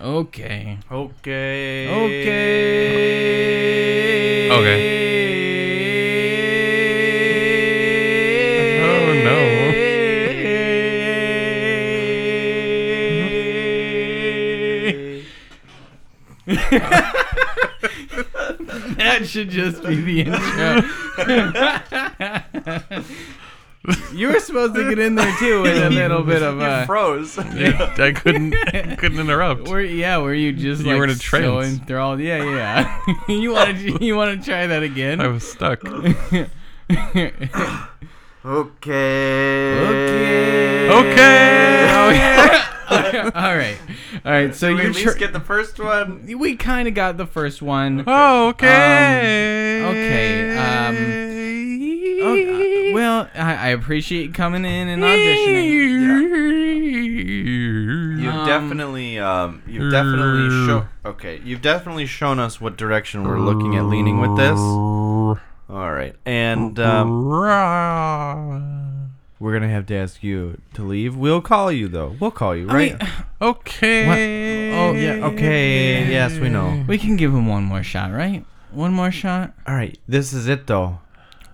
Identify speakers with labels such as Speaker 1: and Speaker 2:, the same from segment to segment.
Speaker 1: Okay.
Speaker 2: Okay.
Speaker 1: Okay.
Speaker 3: Okay. Oh no.
Speaker 1: That should just be the intro. you were supposed to get in there too with a little bit of
Speaker 2: You
Speaker 1: uh,
Speaker 2: froze.
Speaker 3: Yeah, I couldn't couldn't interrupt.
Speaker 1: Were, yeah, were you just
Speaker 3: You
Speaker 1: like
Speaker 3: were in a
Speaker 1: so
Speaker 3: trance.
Speaker 1: enthralled? Yeah, yeah. you want to you want to try that again?
Speaker 3: I was stuck. Oh,
Speaker 2: Okay.
Speaker 3: Okay.
Speaker 1: Oh, all right, all right. So
Speaker 2: Did we
Speaker 1: you
Speaker 2: at least
Speaker 1: tr-
Speaker 2: get the first one.
Speaker 1: we kind of got the first one.
Speaker 3: Oh, okay.
Speaker 1: Um, okay, um, Oh, uh, well, I, I appreciate you coming in and auditioning.
Speaker 2: You've
Speaker 1: Um,
Speaker 2: definitely, um, you've definitely shown. Okay, you've definitely shown us what direction we're looking at leaning with this. All right, and um, we're gonna have to ask you to leave. We'll call you though. We'll call you, right?
Speaker 1: mean-
Speaker 3: okay.
Speaker 1: What? Oh, yeah,
Speaker 2: okay. Yes, we know.
Speaker 1: We can give him one more shot, right? One more shot.
Speaker 2: All right, this is it though.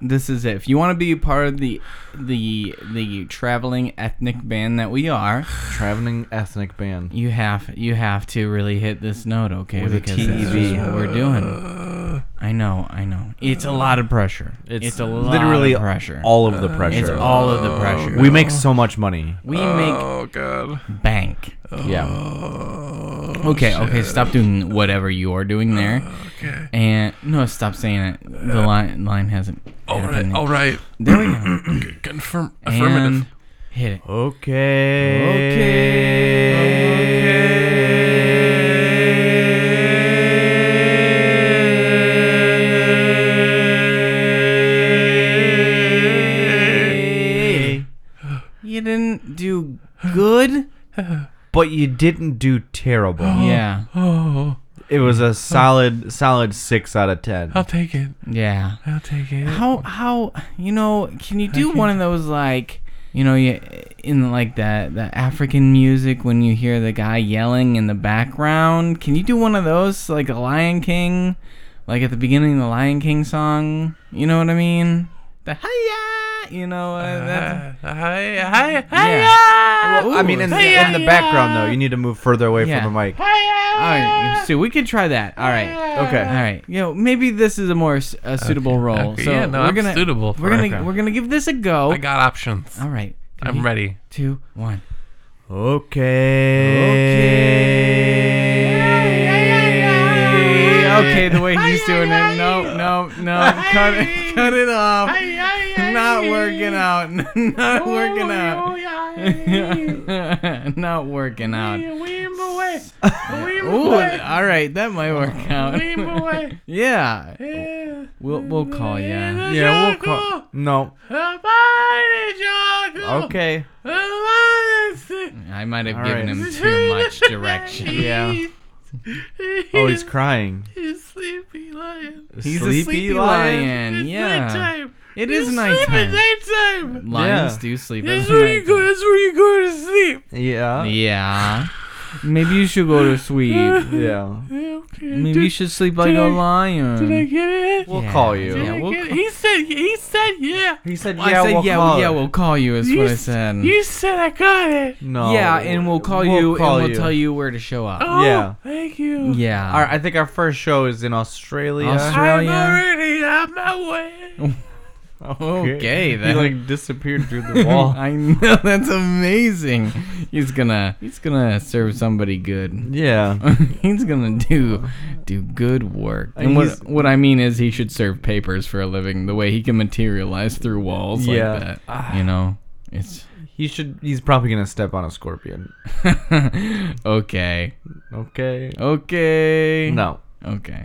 Speaker 1: This is it. If you want to be a part of the the the traveling ethnic band that we are,
Speaker 2: Traveling ethnic band.
Speaker 1: you have you have to really hit this note, okay?
Speaker 2: With a E
Speaker 1: because that's just
Speaker 2: TV.
Speaker 1: what we're doing. I know, I know. It's a lot of pressure. It's, a lot
Speaker 2: literally
Speaker 1: of pressure.
Speaker 2: all of the pressure. Oh,
Speaker 1: it's all of the pressure.
Speaker 2: We make so much money.
Speaker 1: we make
Speaker 3: Oh god.
Speaker 1: bank.
Speaker 2: Yeah.
Speaker 1: Okay, okay, stop doing whatever you are doing there.
Speaker 3: Okay.
Speaker 1: And no, stop saying it. The line line hasn't.
Speaker 3: All Oh, right.
Speaker 1: happened.
Speaker 3: All right.
Speaker 1: There we go.
Speaker 3: Confirm.
Speaker 1: And
Speaker 3: Affirmative.
Speaker 1: hit it. You didn't do good.
Speaker 2: But you didn't do terrible.
Speaker 1: Yeah,
Speaker 3: Oh,
Speaker 2: It was a solid, solid six out of ten.
Speaker 3: I'll take it.
Speaker 1: yeah.
Speaker 3: I'll take it.
Speaker 1: How how you know? Can you do one of those like you know you in like the the African music when you hear the guy yelling in the background? Can you do one of those like a Lion King, like at the beginning of the Lion King song? You know what I mean? The hiya, you know uh, that's,
Speaker 3: Uh, hi, hi, hi.
Speaker 1: yeah.
Speaker 2: I mean, in the, in the background though, you need to move further away
Speaker 1: Yeah.
Speaker 2: from the mic.
Speaker 1: All right, so we could try that. All right. All
Speaker 2: Okay.
Speaker 1: right, you know, maybe this is a more s- a suitable role.
Speaker 3: okay,
Speaker 1: So
Speaker 3: yeah, no,
Speaker 1: we're
Speaker 3: I'm
Speaker 1: gonna
Speaker 3: suitable
Speaker 1: we're
Speaker 3: for-
Speaker 1: gonna
Speaker 3: okay.
Speaker 1: we're gonna give this a go.
Speaker 3: I got options.
Speaker 1: All right,
Speaker 3: I'm
Speaker 1: Three,
Speaker 3: ready.
Speaker 1: Two, one.
Speaker 2: Okay.
Speaker 1: Okay, the way he's doing it. No, no, no. Cut it, cut it off. Not working out. Not working out. Not working out. Ooh, all right, that might work out. yeah, we'll we'll call you.
Speaker 2: Yeah, we'll call. No. Okay.
Speaker 1: I might have
Speaker 2: All
Speaker 1: given
Speaker 2: right.
Speaker 1: him too much direction.
Speaker 2: Yeah. Oh, he's crying.
Speaker 3: He's sleepy lion.
Speaker 1: He's
Speaker 2: Sleepy
Speaker 1: a sleepy
Speaker 2: lion.
Speaker 1: lion. Yeah,
Speaker 3: Nighttime.
Speaker 1: it is
Speaker 3: Sleep at
Speaker 1: nighttime.
Speaker 3: nighttime.
Speaker 1: Lions
Speaker 2: Yeah.
Speaker 1: do sleep.
Speaker 3: That's
Speaker 1: at
Speaker 3: where you go.
Speaker 1: nighttime.
Speaker 3: That's where you go to sleep.
Speaker 2: Yeah.
Speaker 1: Yeah. Maybe you should go to sleep.
Speaker 2: Yeah.
Speaker 3: Okay.
Speaker 1: Maybe
Speaker 3: did,
Speaker 1: you should sleep like
Speaker 3: did
Speaker 1: a
Speaker 3: I-
Speaker 1: lion.
Speaker 3: Did I get it?
Speaker 2: We'll call you.
Speaker 3: Did
Speaker 1: Yeah,
Speaker 3: I
Speaker 1: we'll
Speaker 3: get it?
Speaker 1: call-
Speaker 3: He said. He said yeah.
Speaker 2: He said,
Speaker 1: I
Speaker 2: "Yeah,
Speaker 1: said,
Speaker 2: we'll
Speaker 1: yeah,
Speaker 2: call."
Speaker 1: we- yeah,
Speaker 2: it."
Speaker 1: we'll call you, is
Speaker 3: You
Speaker 1: what I
Speaker 3: s-
Speaker 1: said.
Speaker 3: You said I got it.
Speaker 2: No.
Speaker 1: yeah, and we'll call
Speaker 2: We'll
Speaker 1: you
Speaker 2: call
Speaker 1: and we'll
Speaker 2: you.
Speaker 1: tell you where to show up.
Speaker 3: Oh,
Speaker 2: Yeah.
Speaker 3: Thank you.
Speaker 1: Yeah.
Speaker 2: Our, I think our first show is in Australia.
Speaker 1: Austra-
Speaker 3: I'm
Speaker 1: Australia.
Speaker 3: already on my way.
Speaker 1: Okay,
Speaker 2: He
Speaker 1: then.
Speaker 2: like disappeared through the wall.
Speaker 1: I know that's amazing. He's gonna he's gonna serve somebody good.
Speaker 2: yeah.
Speaker 1: he's gonna do do good work.
Speaker 2: And
Speaker 1: And what
Speaker 2: he's-
Speaker 1: what I mean is he should serve papers for a living. The way he can materialize through walls
Speaker 2: Yeah.
Speaker 1: like that. You know, it's
Speaker 2: He should. He's probably gonna step on a scorpion.
Speaker 1: okay.
Speaker 2: Okay.
Speaker 1: Okay.
Speaker 2: No.
Speaker 1: Okay.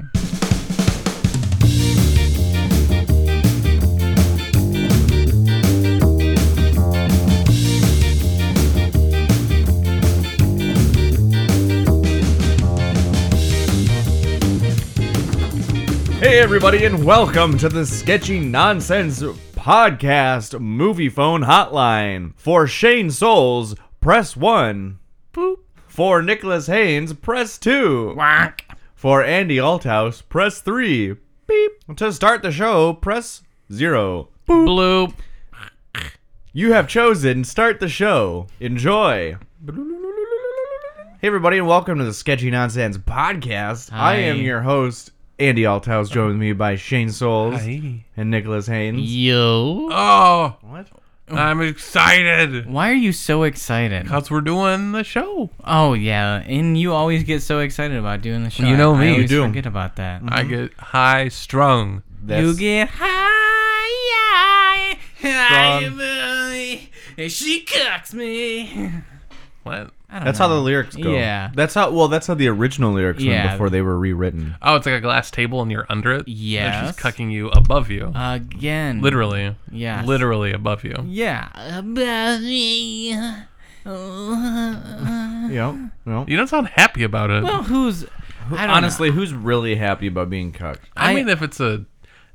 Speaker 2: Hey everybody, and welcome to the Sketchy Nonsense Podcast Movie Phone Hotline. For Shane Souls, press one.
Speaker 3: Boop.
Speaker 2: For Nicholas Haynes, press 2.
Speaker 1: Whack.
Speaker 2: For Andy Althouse, press 3. Beep. To start the show, press 0.
Speaker 1: Bloop.
Speaker 2: You have chosen Start the Show. Enjoy. Hey, everybody, and welcome to the Sketchy Nonsense Podcast. I
Speaker 1: Hi.
Speaker 2: am your host, Andy Althouse, joined with me by Shane Souls
Speaker 3: Hey.
Speaker 2: and Nicholas Haynes.
Speaker 1: Yo.
Speaker 3: Oh,
Speaker 2: What?
Speaker 3: I'm excited
Speaker 1: Why are you so excited?
Speaker 3: because we're doing the show.
Speaker 1: Oh yeah, and you always get so excited about doing the show.
Speaker 3: You know
Speaker 1: I-
Speaker 3: me.
Speaker 1: I
Speaker 3: You Mm-hmm.
Speaker 1: always
Speaker 2: do.
Speaker 1: Forget about that.
Speaker 3: I get high strung.
Speaker 2: That's,
Speaker 1: You get high, high,
Speaker 2: Strong.
Speaker 1: boy, and she cocks me.
Speaker 3: What?
Speaker 1: I don't
Speaker 2: that's
Speaker 1: know.
Speaker 2: how the lyrics go.
Speaker 1: Yeah.
Speaker 2: That's how, well, that's how the original lyrics went
Speaker 1: Yeah.
Speaker 2: before they were rewritten.
Speaker 3: Oh, it's like a glass table and you're under it. Yeah.
Speaker 1: Yes.
Speaker 3: She's cucking you above you.
Speaker 1: again.
Speaker 3: literally.
Speaker 1: Yes.
Speaker 3: Literally above you.
Speaker 1: Yeah. Above me. well,
Speaker 2: Yep. Yep.
Speaker 3: You don't sound happy about it.
Speaker 1: who's? I don't
Speaker 2: Honestly, who's really happy about being cucked?
Speaker 3: I,
Speaker 1: I-
Speaker 3: mean, if it's a,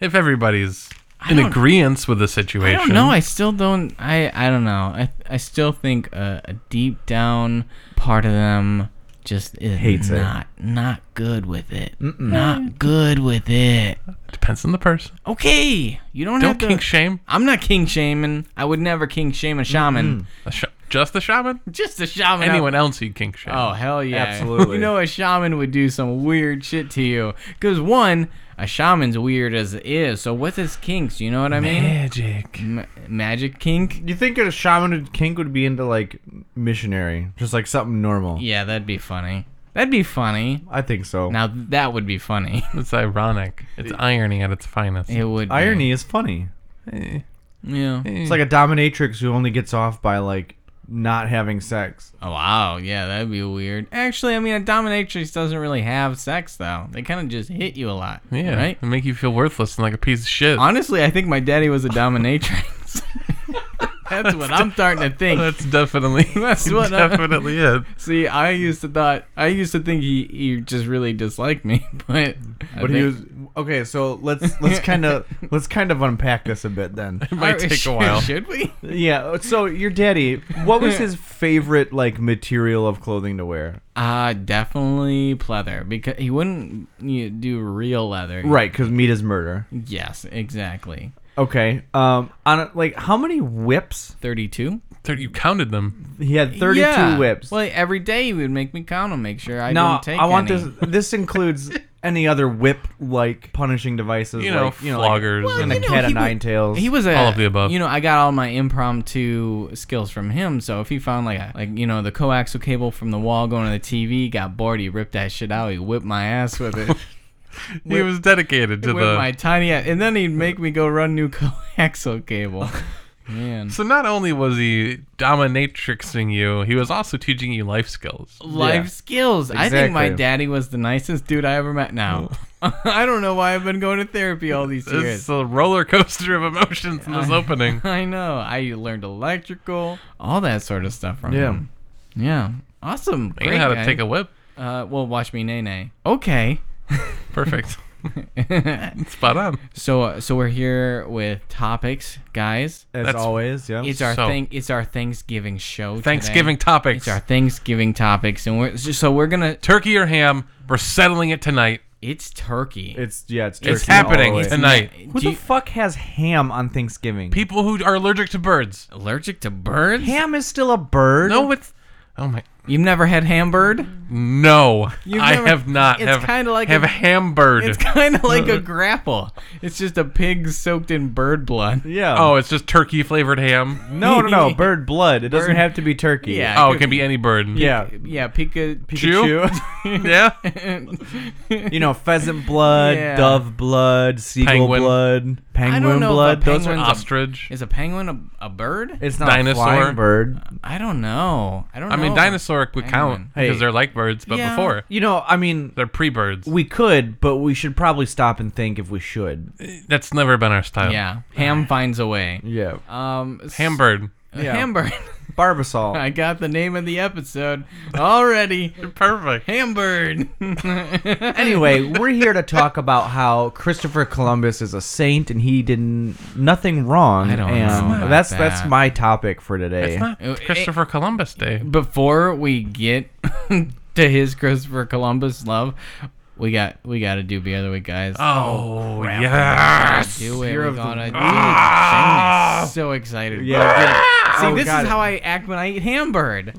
Speaker 3: if everybody's in
Speaker 1: don't-
Speaker 3: agreement with the situation,
Speaker 1: I don't know. I still don't. I I don't know. I I still think a, a deep down part of them just is
Speaker 2: Hates it.
Speaker 1: not not good with it. Not good with it.
Speaker 3: depends on the person.
Speaker 1: Okay, you don't,
Speaker 3: Don't
Speaker 1: have to.
Speaker 3: kink shame.
Speaker 1: I'm not king shaming. I would never king shame a shaman.
Speaker 3: A sh- just the shaman.
Speaker 1: Just a shaman.
Speaker 3: Anyone else you kink shame?
Speaker 1: Oh hell yeah!
Speaker 2: Absolutely.
Speaker 1: you know a shaman would do some weird shit to you. Cause one, a shaman's weird as it is. So what's his kinks? You know what I mean?
Speaker 3: magic.
Speaker 1: Ma- magic kink.
Speaker 2: You think a shaman and kink would be into like missionary, just like something normal?
Speaker 1: Yeah, that'd be funny. That'd be funny.
Speaker 2: I think so.
Speaker 1: Now that would be funny.
Speaker 3: It's ironic. It's irony at its finest.
Speaker 1: It would. be.
Speaker 2: Irony is funny.
Speaker 3: Eh,
Speaker 1: Yeah.
Speaker 3: eh.
Speaker 2: It's like a dominatrix who only gets off by like not having sex.
Speaker 1: Oh wow. Yeah, that'd be weird. Actually, I mean, a dominatrix doesn't really have sex though. They kind of just hit you a lot.
Speaker 3: yeah,
Speaker 1: Right.
Speaker 3: It make you feel worthless and like a piece of shit.
Speaker 1: Honestly, I think my daddy was a dominatrix. That's what I'm starting to think.
Speaker 3: That's definitely. That's
Speaker 1: what I-
Speaker 3: definitely it.
Speaker 1: See, I used to thought I used to think he, he just really disliked me, but
Speaker 2: But he was okay. So let's let's kind of let's kind of unpack this a bit then.
Speaker 3: It might take a while.
Speaker 1: Should we?
Speaker 2: Yeah. So your daddy, what was his favorite like material of clothing to wear?
Speaker 1: Uh definitely pleather because he wouldn't you know, do real leather.
Speaker 2: Right, because meat is murder.
Speaker 1: Yes, exactly.
Speaker 2: Okay. Um. On a, like how many whips?
Speaker 1: Thirty-two.
Speaker 3: Thir- You counted them.
Speaker 2: He had thirty-two whips.
Speaker 1: Well, every day he would make me count them, make sure I
Speaker 2: No,
Speaker 1: didn't take.
Speaker 2: I want
Speaker 1: any.
Speaker 2: this. This includes any other whip-like punishing devices,
Speaker 3: You know,
Speaker 2: like, you know, like
Speaker 3: floggers.
Speaker 2: and
Speaker 1: Well,
Speaker 2: a
Speaker 1: you know,
Speaker 2: cat of
Speaker 1: he would-
Speaker 2: nine tails.
Speaker 1: He was a,
Speaker 3: All of the above.
Speaker 1: You know, I got all my impromptu skills from him. So if he found like a, like you know the coaxial cable from the wall going to the TV, got bored, he ripped that shit out. He whipped my ass with it.
Speaker 3: he was dedicated to
Speaker 1: with
Speaker 3: the.
Speaker 1: my tiny ass, and then he'd make me go run new coaxial cable. Man,
Speaker 3: So not only was he dominatrixing you, he was also teaching you life skills.
Speaker 1: life
Speaker 2: Yeah.
Speaker 1: skills. I think my
Speaker 2: Exactly.
Speaker 1: daddy was the nicest dude I ever met. Now, I don't know why I've been going to therapy all these
Speaker 3: This
Speaker 1: years.
Speaker 3: is a roller coaster of emotions in this opening.
Speaker 1: I know. I learned electrical, all that sort of stuff from
Speaker 2: Yeah.
Speaker 1: him. Yeah. Awesome.
Speaker 3: I know
Speaker 1: Great
Speaker 3: how to
Speaker 1: guy.
Speaker 3: take a whip.
Speaker 1: Uh, well, watch me, nay nay. Okay.
Speaker 3: Perfect. Spot on.
Speaker 1: so, uh, so we're here with topics, guys.
Speaker 2: as
Speaker 3: that's-
Speaker 2: always, yeah.
Speaker 1: It's our
Speaker 3: So-
Speaker 1: thing. It's our Thanksgiving show. today.
Speaker 3: Thanksgiving topics.
Speaker 1: It's our Thanksgiving topics, and we're so we're gonna.
Speaker 3: Turkey or ham, we're settling it tonight.
Speaker 1: It's turkey.
Speaker 2: It's yeah. It's,
Speaker 3: It's
Speaker 2: turkey all the
Speaker 3: happening
Speaker 2: way.
Speaker 1: It's
Speaker 3: tonight.
Speaker 1: not-
Speaker 2: Who
Speaker 1: do
Speaker 2: the
Speaker 1: you-
Speaker 2: fuck has ham on Thanksgiving?
Speaker 3: People who are allergic to birds.
Speaker 1: allergic to birds?
Speaker 2: ham is still a bird.
Speaker 3: No, it's oh my
Speaker 1: You've never had ham bird?
Speaker 3: no.
Speaker 1: You've
Speaker 3: I
Speaker 1: never-
Speaker 3: have not.
Speaker 1: it's
Speaker 3: have
Speaker 1: kinda like
Speaker 3: have
Speaker 1: a-
Speaker 3: ham bird.
Speaker 1: It's kind of like a grapple. It's just a pig soaked in bird blood.
Speaker 2: Yeah.
Speaker 3: oh, it's just turkey flavored ham.
Speaker 2: no, no, no. Bird blood. It doesn't have to be turkey.
Speaker 1: Yeah.
Speaker 3: Oh, it can be any bird.
Speaker 2: Yeah.
Speaker 1: Yeah, Pika.
Speaker 2: Pikachu.
Speaker 3: yeah.
Speaker 2: you know, pheasant blood,
Speaker 1: Yeah.
Speaker 2: dove blood, seagull
Speaker 3: Penguin.
Speaker 2: blood, penguin
Speaker 1: know if a
Speaker 2: blood. Those
Speaker 1: penguin's
Speaker 2: are.
Speaker 1: a-
Speaker 3: Ostrich.
Speaker 1: Is a penguin a, a bird?
Speaker 2: It's not a
Speaker 3: dinosaur.
Speaker 2: flying bird.
Speaker 1: I don't know. I don't.
Speaker 3: I
Speaker 1: know
Speaker 3: mean,
Speaker 1: if a-
Speaker 3: dinosaur would count
Speaker 2: Hey.
Speaker 3: because they're like birds, but
Speaker 1: Yeah.
Speaker 3: before
Speaker 2: You know, I mean,
Speaker 3: they're pre-birds.
Speaker 2: We could, but we should probably stop and think if we should.
Speaker 3: That's never been our style.
Speaker 1: Yeah, ham finds a way.
Speaker 2: Yeah.
Speaker 1: Um, s-
Speaker 3: Ham bird.
Speaker 1: a
Speaker 2: Yeah.
Speaker 1: Ham bird.
Speaker 4: Barbasol.
Speaker 1: I got the name of the episode already.
Speaker 3: Perfect.
Speaker 1: Hamburg.
Speaker 2: Anyway, we're here to talk about how Christopher Columbus is a saint and he did n- nothing wrong.
Speaker 1: I don't
Speaker 2: and
Speaker 1: know about
Speaker 2: That's
Speaker 1: that.
Speaker 2: that's my topic for today.
Speaker 3: It's not
Speaker 1: It-
Speaker 3: Christopher Columbus Day.
Speaker 1: Before we get to his Christopher Columbus love, we got we got to do beer of the week, guys.
Speaker 3: Oh, yes.
Speaker 1: do it.
Speaker 4: Beer
Speaker 1: we
Speaker 4: of the-
Speaker 1: gotta do it.
Speaker 3: Ah!
Speaker 1: Shane is so excited.
Speaker 4: yeah.
Speaker 1: Ah! See,
Speaker 4: Oh,
Speaker 1: this
Speaker 4: got
Speaker 1: is
Speaker 4: it.
Speaker 1: how I act when I eat Hamburg.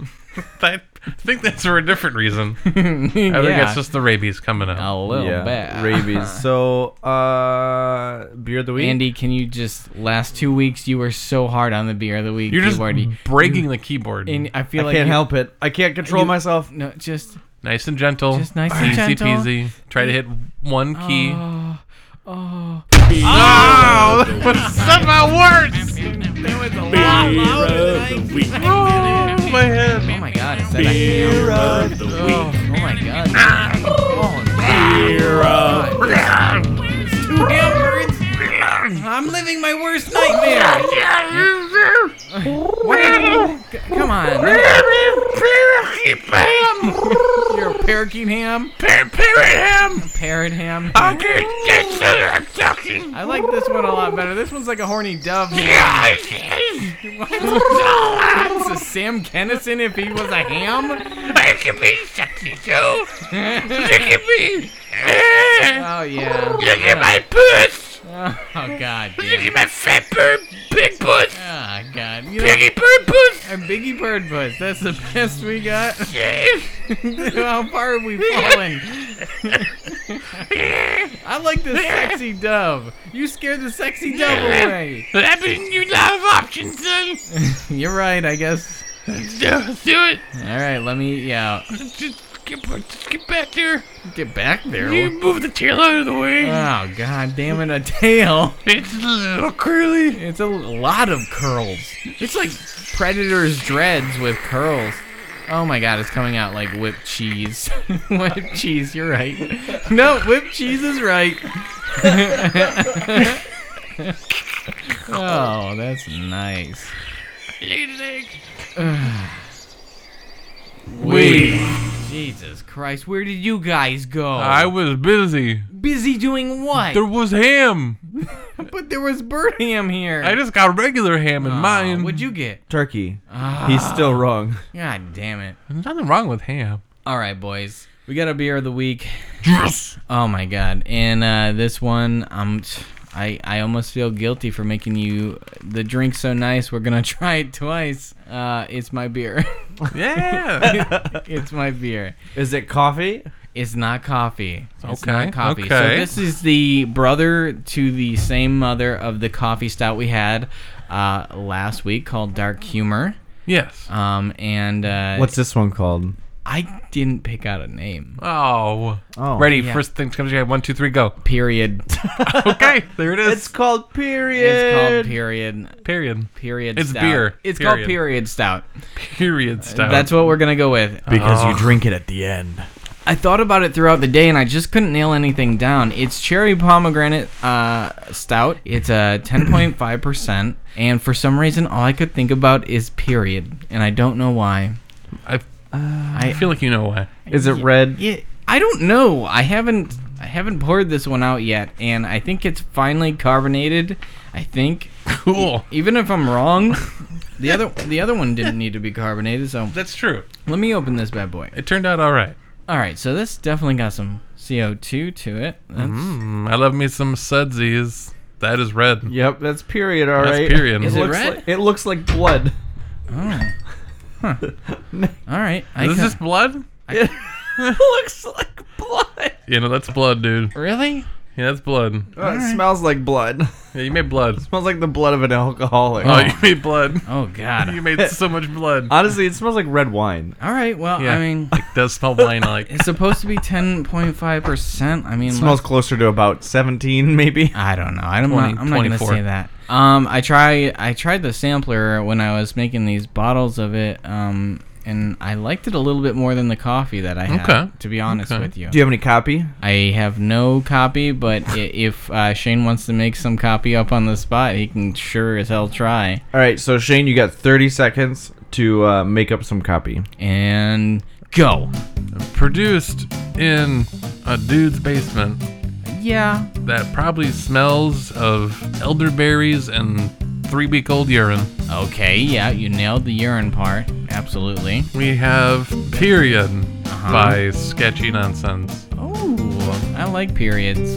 Speaker 3: I think that's for a different reason. I think it's just the rabies coming
Speaker 1: a
Speaker 3: up.
Speaker 1: little
Speaker 4: yeah,
Speaker 1: bad.
Speaker 4: rabies. So, uh, beer of the week.
Speaker 1: Andy, can you just last two weeks you were so hard on the beer of the week
Speaker 3: You're just
Speaker 1: keyboard.
Speaker 3: breaking the keyboard.
Speaker 1: and I
Speaker 2: I
Speaker 1: feel
Speaker 2: can't
Speaker 1: like you-
Speaker 2: help it. I can't control
Speaker 1: you-
Speaker 2: myself.
Speaker 1: No, just
Speaker 3: nice and gentle.
Speaker 1: Just nice and
Speaker 3: Easy
Speaker 1: gentle.
Speaker 3: peasy. Try to hit one key.
Speaker 1: Oh, oh.
Speaker 3: Oh, but somehow worse. Oh, my head.
Speaker 1: Oh my god, is that a beer of the week? Oh, my god. Oh, beer of the Two hamburgers. I'm living my worst nightmare. What? C- Come on. You're a parakeet ham? Parrot ham? I like this one a lot better. This one's like a horny dove. ham. It's a Sam Kennison if he was a ham? Oh, yeah. Oh, god. damn. Oh, god. You know, And Biggie Bird Puss, that's the best we got. How far have we fallen? I like this sexy dove. You scared the sexy dove away.
Speaker 3: That means you have options then.
Speaker 1: You're right, I guess.
Speaker 3: Do, do it.
Speaker 1: All right, let me eat you out.
Speaker 3: Just get, just get back there.
Speaker 1: Get back there.
Speaker 3: You move the tail out of the way.
Speaker 1: Oh god, damn it! A tail.
Speaker 3: it's a little curly.
Speaker 1: It's a lot of curls. It's like Predator's dreads with curls. Oh my god, it's coming out like whipped cheese. whipped cheese, you're right. No, whipped cheese is right. oh, that's nice.
Speaker 3: Uh.
Speaker 1: Wait. Jesus Christ, where did you guys go?
Speaker 3: I was busy.
Speaker 1: busy doing what?
Speaker 3: There was ham.
Speaker 1: but there was bird ham here.
Speaker 3: I just got regular ham in
Speaker 1: Oh,
Speaker 3: mine.
Speaker 1: What'd you get?
Speaker 2: Turkey.
Speaker 1: Ah,
Speaker 2: He's still wrong.
Speaker 1: God damn it.
Speaker 3: There's nothing wrong with ham.
Speaker 1: All right, boys. We got a beer of the week.
Speaker 3: Yes.
Speaker 1: Oh my god. And uh, this one, I'm I I almost feel guilty for making you the drink so nice. We're going to try it twice. Uh, it's my beer.
Speaker 3: Yeah.
Speaker 1: it's my beer.
Speaker 2: Is it coffee?
Speaker 1: It's not coffee. It's
Speaker 3: Okay,
Speaker 1: not coffee. So
Speaker 3: okay.
Speaker 1: this is the brother to the same mother of the coffee stout we had uh, last week called Dark Humor.
Speaker 3: yes.
Speaker 1: Um, and uh,
Speaker 2: What's this one called?
Speaker 1: I didn't pick out a name.
Speaker 3: Oh.
Speaker 2: Oh.
Speaker 3: Ready.
Speaker 1: Yeah.
Speaker 3: First thing comes to your head. One, two, three, go.
Speaker 1: Period.
Speaker 3: Okay. There it is.
Speaker 2: It's called period.
Speaker 1: it's called period.
Speaker 3: period.
Speaker 1: Period.
Speaker 3: It's
Speaker 1: stout.
Speaker 3: beer.
Speaker 1: It's called
Speaker 3: Period. Oh.
Speaker 1: period stout.
Speaker 3: Period style.
Speaker 1: That's what we're gonna go with.
Speaker 2: because
Speaker 3: Oh.
Speaker 2: you drink it at the end.
Speaker 1: I thought about it throughout the day and I just couldn't nail anything down. It's cherry pomegranate uh, stout. It's uh, a 10.5 percent, and for some reason, all I could think about is period, and I don't know why.
Speaker 3: I, I
Speaker 1: I
Speaker 3: feel like you know why.
Speaker 2: Is it red?
Speaker 1: Yeah, I don't know. I haven't I haven't poured this one out yet, and I think it's finally carbonated. I think,
Speaker 3: Cool.
Speaker 1: even if I'm wrong, the other the other one didn't need to be carbonated. So
Speaker 3: That's true.
Speaker 1: let me open this bad boy.
Speaker 3: It turned out all right.
Speaker 1: All right, so this definitely got some CO2 to it. That's,
Speaker 3: Mm, I love me some sudsies. That is red.
Speaker 2: Yep, that's period. All right.
Speaker 3: That's period.
Speaker 1: Is it
Speaker 2: looks
Speaker 1: red?
Speaker 2: Like, it looks like blood.
Speaker 1: Oh. Huh. All right. I
Speaker 3: Is
Speaker 1: ca-
Speaker 3: this blood?
Speaker 2: It looks like blood.
Speaker 3: You know, that's blood, dude.
Speaker 1: really?
Speaker 3: Yeah, that's blood.
Speaker 2: Oh, it smells like blood. It
Speaker 3: Yeah, you made blood.
Speaker 2: smells like the blood of an alcoholic.
Speaker 3: Oh, you made blood.
Speaker 1: Oh
Speaker 3: You
Speaker 1: God.
Speaker 3: made so much blood.
Speaker 2: Honestly, it smells like red wine.
Speaker 1: All right. Well,
Speaker 3: Yeah.
Speaker 1: I mean,
Speaker 3: It does smell wine like.
Speaker 1: it's supposed to be 10.5 percent. I mean,
Speaker 2: It smells closer to about 17, maybe.
Speaker 1: I don't know. I don't.
Speaker 3: Twenty-
Speaker 1: I'm not gonna
Speaker 3: 24.
Speaker 1: say that. Um, I try. I tried the sampler when I was making these bottles of it. Um, and I liked it a little bit more than the coffee that I had.
Speaker 3: Okay.
Speaker 1: To be honest
Speaker 3: Okay.
Speaker 1: with you,
Speaker 2: Do you have any copy?
Speaker 1: I have no copy, but i- if uh, Shane wants to make some copy up on the spot, he can sure as hell try.
Speaker 2: All right, so Shane, you got 30 seconds to uh, make up some copy.
Speaker 1: And go.
Speaker 3: Produced in a dude's basement
Speaker 1: Yeah.
Speaker 3: that probably smells of elderberries and three week old urine.
Speaker 1: Okay. Yeah, you nailed the urine part. Absolutely.
Speaker 3: We have Period by Sketchy Nonsense.
Speaker 1: Oh, I like periods.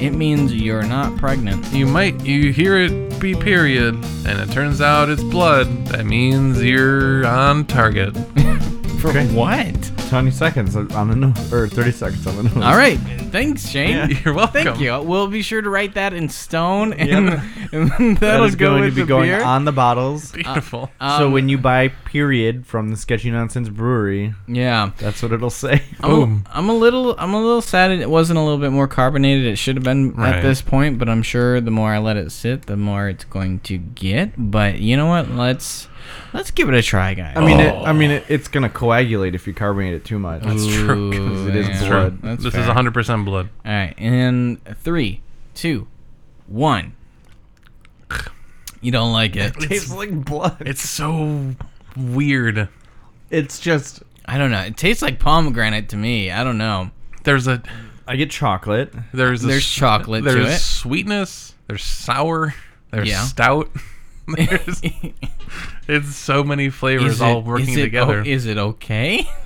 Speaker 1: It means you're not pregnant.
Speaker 3: You might you hear it be period, and it turns out it's blood. That means you're on target.
Speaker 1: For
Speaker 2: Okay.
Speaker 1: what?
Speaker 2: 20 seconds on the nose, or 30 seconds on the nose.
Speaker 1: All right. Thanks, Shane.
Speaker 3: You're welcome.
Speaker 1: Thank you. We'll be sure to write that in stone, and,
Speaker 2: Yeah.
Speaker 1: and that'll
Speaker 2: That is
Speaker 1: go
Speaker 2: going
Speaker 1: with
Speaker 2: to be
Speaker 1: the
Speaker 2: going
Speaker 1: beer.
Speaker 2: on the bottles.
Speaker 3: Beautiful.
Speaker 2: so
Speaker 1: Um,
Speaker 2: when you buy period from the Sketchy Nonsense Brewery,
Speaker 1: yeah,
Speaker 2: that's what it'll say.
Speaker 1: I'm,
Speaker 3: Boom.
Speaker 1: I'm a little, I'm a little sad it wasn't a little bit more carbonated. It should have been at
Speaker 3: Right.
Speaker 1: this point, but I'm sure the more I let it sit, the more it's going to get. But you know what? Let's let's give it a try, guys.
Speaker 2: I mean, it,
Speaker 1: Oh.
Speaker 2: I mean, it, it's gonna coagulate if you carbonate it too much.
Speaker 3: That's true.
Speaker 1: 'cause
Speaker 2: it is
Speaker 1: yeah.
Speaker 2: blood.
Speaker 1: That's
Speaker 3: this
Speaker 1: fair.
Speaker 3: is 100% blood.
Speaker 1: All right, and three, two, one. You don't like it.
Speaker 2: tastes like blood.
Speaker 3: It's so weird.
Speaker 2: It's just
Speaker 1: I don't know. It tastes like pomegranate to me. I don't know.
Speaker 3: There's a
Speaker 2: I get chocolate.
Speaker 3: there's a,
Speaker 1: There's
Speaker 3: s-
Speaker 1: chocolate to
Speaker 3: There's
Speaker 1: it.
Speaker 3: sweetness. There's sour. There's
Speaker 1: Yeah.
Speaker 3: stout. There's it's so many flavors
Speaker 1: Is
Speaker 3: all
Speaker 1: it-
Speaker 3: working
Speaker 1: is it o-
Speaker 3: together.
Speaker 1: is it okay?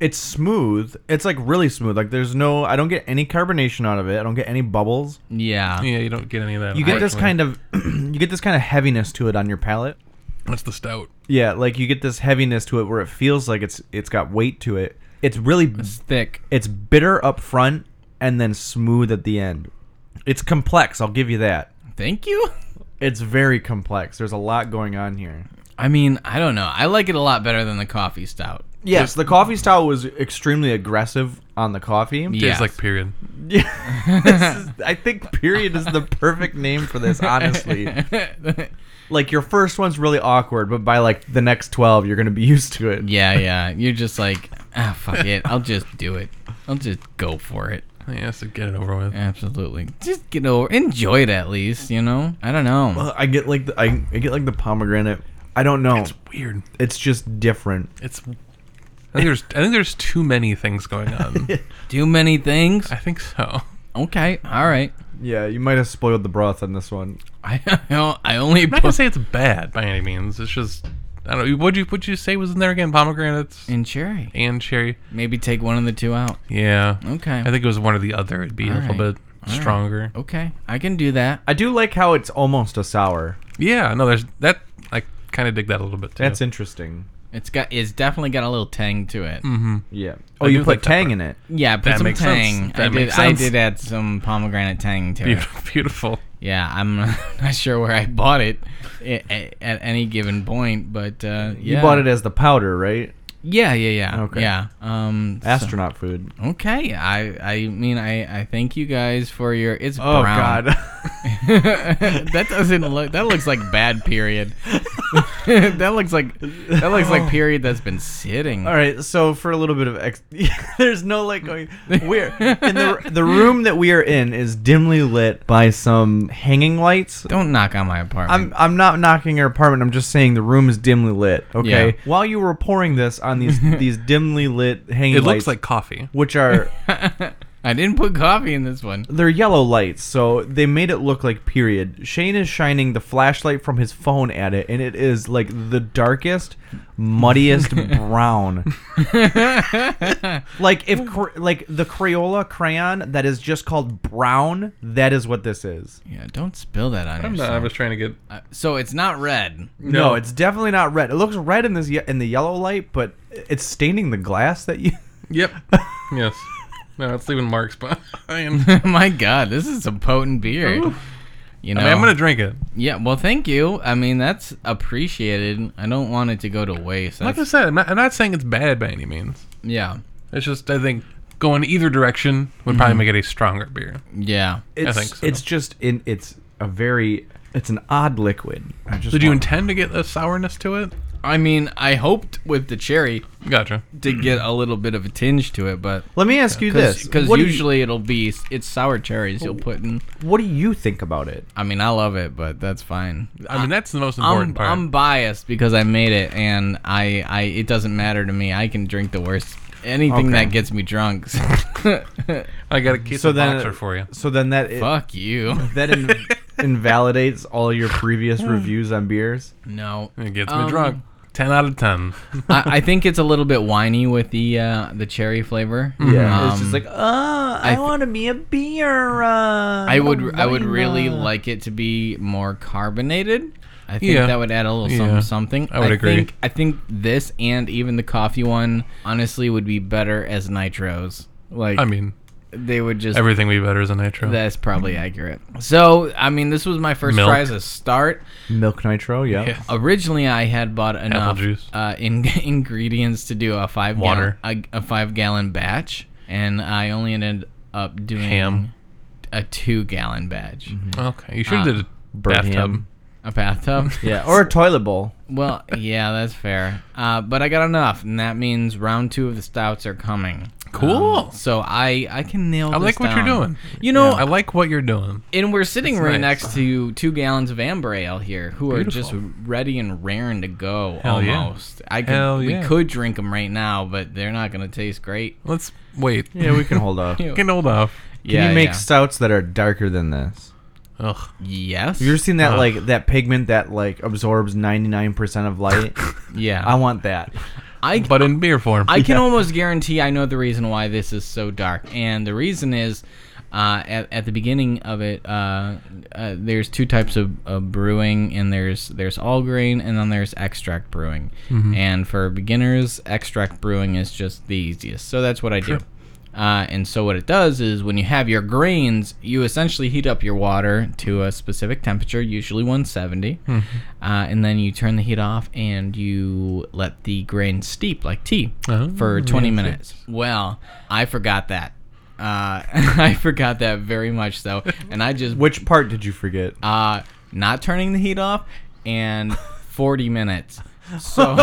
Speaker 2: It's smooth. It's like really smooth. Like there's no. I don't get any carbonation out of it. I don't get any bubbles.
Speaker 1: yeah.
Speaker 3: yeah, you don't get any of that.
Speaker 2: You get this kind of. you get this kind of heaviness to it on your palate.
Speaker 3: That's the stout.
Speaker 2: Yeah, like you get this heaviness to it where it feels like it's it's got weight to it. It's really
Speaker 1: It's thick.
Speaker 2: it's bitter up front and then smooth at the end. It's complex. I'll give you that.
Speaker 1: Thank you.
Speaker 2: It's very complex. There's a lot going on here.
Speaker 1: I mean, I don't know. I like it a lot better than the coffee stout.
Speaker 2: Yes, the coffee style was extremely aggressive on the coffee.
Speaker 1: Yeah.
Speaker 3: Tastes
Speaker 1: Yes.
Speaker 3: like period.
Speaker 2: Yeah. This is- I think period is the perfect name for this, honestly. Like your first one's really awkward, but by like the next 12 you're going to be used to it.
Speaker 1: yeah, yeah. You're just like, ah, fuck it. I'll just do it. I'll just go for it.
Speaker 3: Yeah, so get it over with.
Speaker 1: Absolutely. Just get over, enjoy it at least. You know. I don't know.
Speaker 2: Uh, I get like the, I, I get like the pomegranate. I don't know.
Speaker 3: It's weird.
Speaker 2: it's just different.
Speaker 3: It's. I think there's. I think there's too many things going on.
Speaker 1: Too many things.
Speaker 3: I think so.
Speaker 1: Okay. All right.
Speaker 2: Yeah, you might have spoiled the broth on this one.
Speaker 1: I I only
Speaker 3: I'm not gonna
Speaker 1: put
Speaker 3: say it's bad by any means. It's just. I don't know. What'd you What'd you say was in there again? Pomegranates
Speaker 1: in cherry.
Speaker 3: and cherry.
Speaker 1: Maybe take one of the two out.
Speaker 3: Yeah.
Speaker 1: Okay.
Speaker 3: I think it was one or the other. It'd be a little
Speaker 1: Alright. Oh.
Speaker 3: bit stronger.
Speaker 1: Okay. I can do that.
Speaker 2: I do like how it's almost a sour.
Speaker 3: Yeah, no, there's that. I kind of dig that a little bit too.
Speaker 2: That's interesting.
Speaker 1: It's got. It's definitely got a little tang to it.
Speaker 2: Yeah. Oh,
Speaker 3: I
Speaker 2: you
Speaker 3: do
Speaker 2: put
Speaker 3: like that
Speaker 2: tang
Speaker 3: part.
Speaker 2: in it.
Speaker 1: Yeah, put
Speaker 3: Mm-hmm. That
Speaker 1: some
Speaker 3: makes
Speaker 1: tang.
Speaker 3: sense.
Speaker 1: I
Speaker 3: That
Speaker 1: did.
Speaker 3: makes
Speaker 1: I
Speaker 3: sense.
Speaker 1: did add some pomegranate tang to it.
Speaker 3: beautiful. beautiful.
Speaker 1: Yeah, I'm not sure where I bought it i- a- at any given point, but uh, yeah.
Speaker 2: You bought it as the powder, right?
Speaker 1: Yeah, yeah, yeah.
Speaker 2: Okay.
Speaker 1: Yeah. Um. so-
Speaker 2: Astronaut food.
Speaker 1: okay. I. I mean, I. I thank you guys for your. It's
Speaker 2: Oh
Speaker 1: brown.
Speaker 2: god.
Speaker 1: that doesn't look. That looks like bad period. that looks like. That looks like period that's been sitting.
Speaker 2: Oh. All right, so for a little bit of ex- there's no like going we're in the the room that we are in is dimly lit by some hanging lights.
Speaker 1: Don't knock on my apartment.
Speaker 2: I'm I'm not knocking your apartment. I'm just saying the room is dimly lit. Okay.
Speaker 1: Yeah.
Speaker 2: While you were pouring this on these these dimly lit hanging
Speaker 3: It looks
Speaker 2: lights,
Speaker 3: like coffee.
Speaker 2: which are
Speaker 1: I didn't put coffee in this one.
Speaker 2: they're yellow lights, so they made it look like period. Shane is shining the flashlight from his phone at it, and it is like the darkest, muddiest brown. like if cr- like the Crayola crayon that is just called brown, that is what this is.
Speaker 1: Yeah, don't spill that on
Speaker 3: I'm
Speaker 1: yourself.
Speaker 3: not. I was trying to get.
Speaker 1: Uh, so it's not red.
Speaker 2: No, it's definitely not red. It looks red in this ye- in the yellow light, but it's staining the glass that you.
Speaker 3: Yep. yes. No, it's leaving marks behind.
Speaker 1: My God, this is a potent beer. You know,
Speaker 3: I mean, I'm gonna drink it.
Speaker 1: yeah. Well, thank you. I mean, that's appreciated. I don't want it to go to waste.
Speaker 3: Like I
Speaker 1: That's-
Speaker 3: said, I'm not, I'm not saying it's bad by any means.
Speaker 1: yeah,
Speaker 3: It's just I think going either direction would
Speaker 1: Mhm.
Speaker 3: probably make it a stronger beer.
Speaker 1: yeah.
Speaker 2: It's,
Speaker 3: think so.
Speaker 2: It's just in. It's a very. It's an odd liquid. I just
Speaker 3: Did you
Speaker 2: want-
Speaker 3: intend to get the sourness to it?
Speaker 1: I mean, I hoped with the cherry
Speaker 3: Gotcha.
Speaker 1: to get a little bit of a tinge to it, but
Speaker 2: Let me ask you this:
Speaker 1: because
Speaker 2: what do you-
Speaker 1: usually it'll be it's sour cherries you'll put in.
Speaker 2: what do you think about it?
Speaker 1: I mean, I love it, but that's fine.
Speaker 3: I mean, that's the most important
Speaker 1: I'm,
Speaker 3: part.
Speaker 1: I'm biased because I made it, and I, I it doesn't matter to me. I can drink the worst anything that
Speaker 2: Okay.
Speaker 1: gets me drunk.
Speaker 3: I got a case
Speaker 2: So
Speaker 3: of
Speaker 2: then-
Speaker 3: boxer for you.
Speaker 2: So then that it,
Speaker 1: Fuck you.
Speaker 2: that in, invalidates all your previous reviews on beers.
Speaker 1: No,
Speaker 3: It gets
Speaker 1: Um,
Speaker 3: me drunk. Ten out of ten.
Speaker 1: I, I think it's a little bit whiny with the uh, the cherry flavor.
Speaker 2: Yeah, it's
Speaker 1: Um,
Speaker 2: just like, oh, I,
Speaker 1: th-
Speaker 2: want to be a beer. Uh,
Speaker 1: I would I would
Speaker 2: wine,
Speaker 1: really
Speaker 2: uh."
Speaker 1: like it to be more carbonated. I think
Speaker 3: Yeah.
Speaker 1: that would add a little
Speaker 3: Yeah.
Speaker 1: something something.
Speaker 3: I would agree.
Speaker 1: Think, I think this and even the coffee one honestly would be better as nitros. Like
Speaker 3: I mean,
Speaker 1: they would just
Speaker 3: everything would be better as a nitro.
Speaker 1: that's probably accurate. So I mean this was my first
Speaker 3: Mm-hmm. Milk.
Speaker 1: try as a start.
Speaker 2: milk nitro. Yeah.
Speaker 3: Yeah.
Speaker 1: Originally I had bought enough
Speaker 3: juice.
Speaker 1: Uh, in- ingredients to do a five
Speaker 3: Water.
Speaker 1: gallon, a, a five gallon batch, and I only ended up doing
Speaker 3: Ham. Mm-hmm.
Speaker 1: a two gallon batch.
Speaker 3: Okay, you should have
Speaker 1: Uh,
Speaker 3: did a
Speaker 2: Birmingham.
Speaker 3: bathtub.
Speaker 1: A bathtub.
Speaker 2: Yeah, or a toilet bowl.
Speaker 1: Well, yeah, that's fair. Uh, but I got enough, and that means round two of the stouts are coming.
Speaker 3: Cool.
Speaker 1: Um, so I I can nail.
Speaker 3: I like
Speaker 1: this
Speaker 3: what
Speaker 1: down.
Speaker 3: you're doing.
Speaker 1: You know,
Speaker 3: I like what you're doing.
Speaker 1: and we're sitting
Speaker 3: That's
Speaker 1: right
Speaker 3: nice.
Speaker 1: next to two gallons of amber ale here, who are
Speaker 3: Beautiful.
Speaker 1: just ready and raring to go.
Speaker 3: Hell yeah.
Speaker 1: almost. I could,
Speaker 3: Hell
Speaker 1: we
Speaker 3: yeah.
Speaker 1: could drink them right now, but they're not gonna taste great.
Speaker 3: Let's wait.
Speaker 2: Yeah, we can hold off. Can
Speaker 1: Yeah,
Speaker 3: Get old off.
Speaker 2: you make
Speaker 1: yeah.
Speaker 2: stouts that are darker than this?
Speaker 3: Ugh.
Speaker 1: yes.
Speaker 2: Have you ever seen that
Speaker 3: Ugh.
Speaker 2: like that pigment that like absorbs ninety nine percent of light?
Speaker 1: yeah.
Speaker 2: I want that.
Speaker 1: I
Speaker 3: But in beer form.
Speaker 1: I can almost guarantee I know the reason why this is so dark, and the reason is, uh, at, at the beginning of it, uh, uh, there's two types of, of brewing, and there's there's all grain, and then there's extract brewing,
Speaker 3: Mm-hmm.
Speaker 1: and for beginners, extract brewing is just the easiest. So that's what I do. Uh, and so what it does is when you have your grains, you essentially heat up your water to a specific temperature, usually 170, uh, and then you turn the heat off and you let the grain steep like tea
Speaker 3: Oh,
Speaker 1: for 20
Speaker 3: yeah,
Speaker 1: minutes. Well, I forgot that. Uh, I forgot that very much so, and I just
Speaker 2: Which part did you forget?
Speaker 1: uh, not turning the heat off and 40 minutes. So.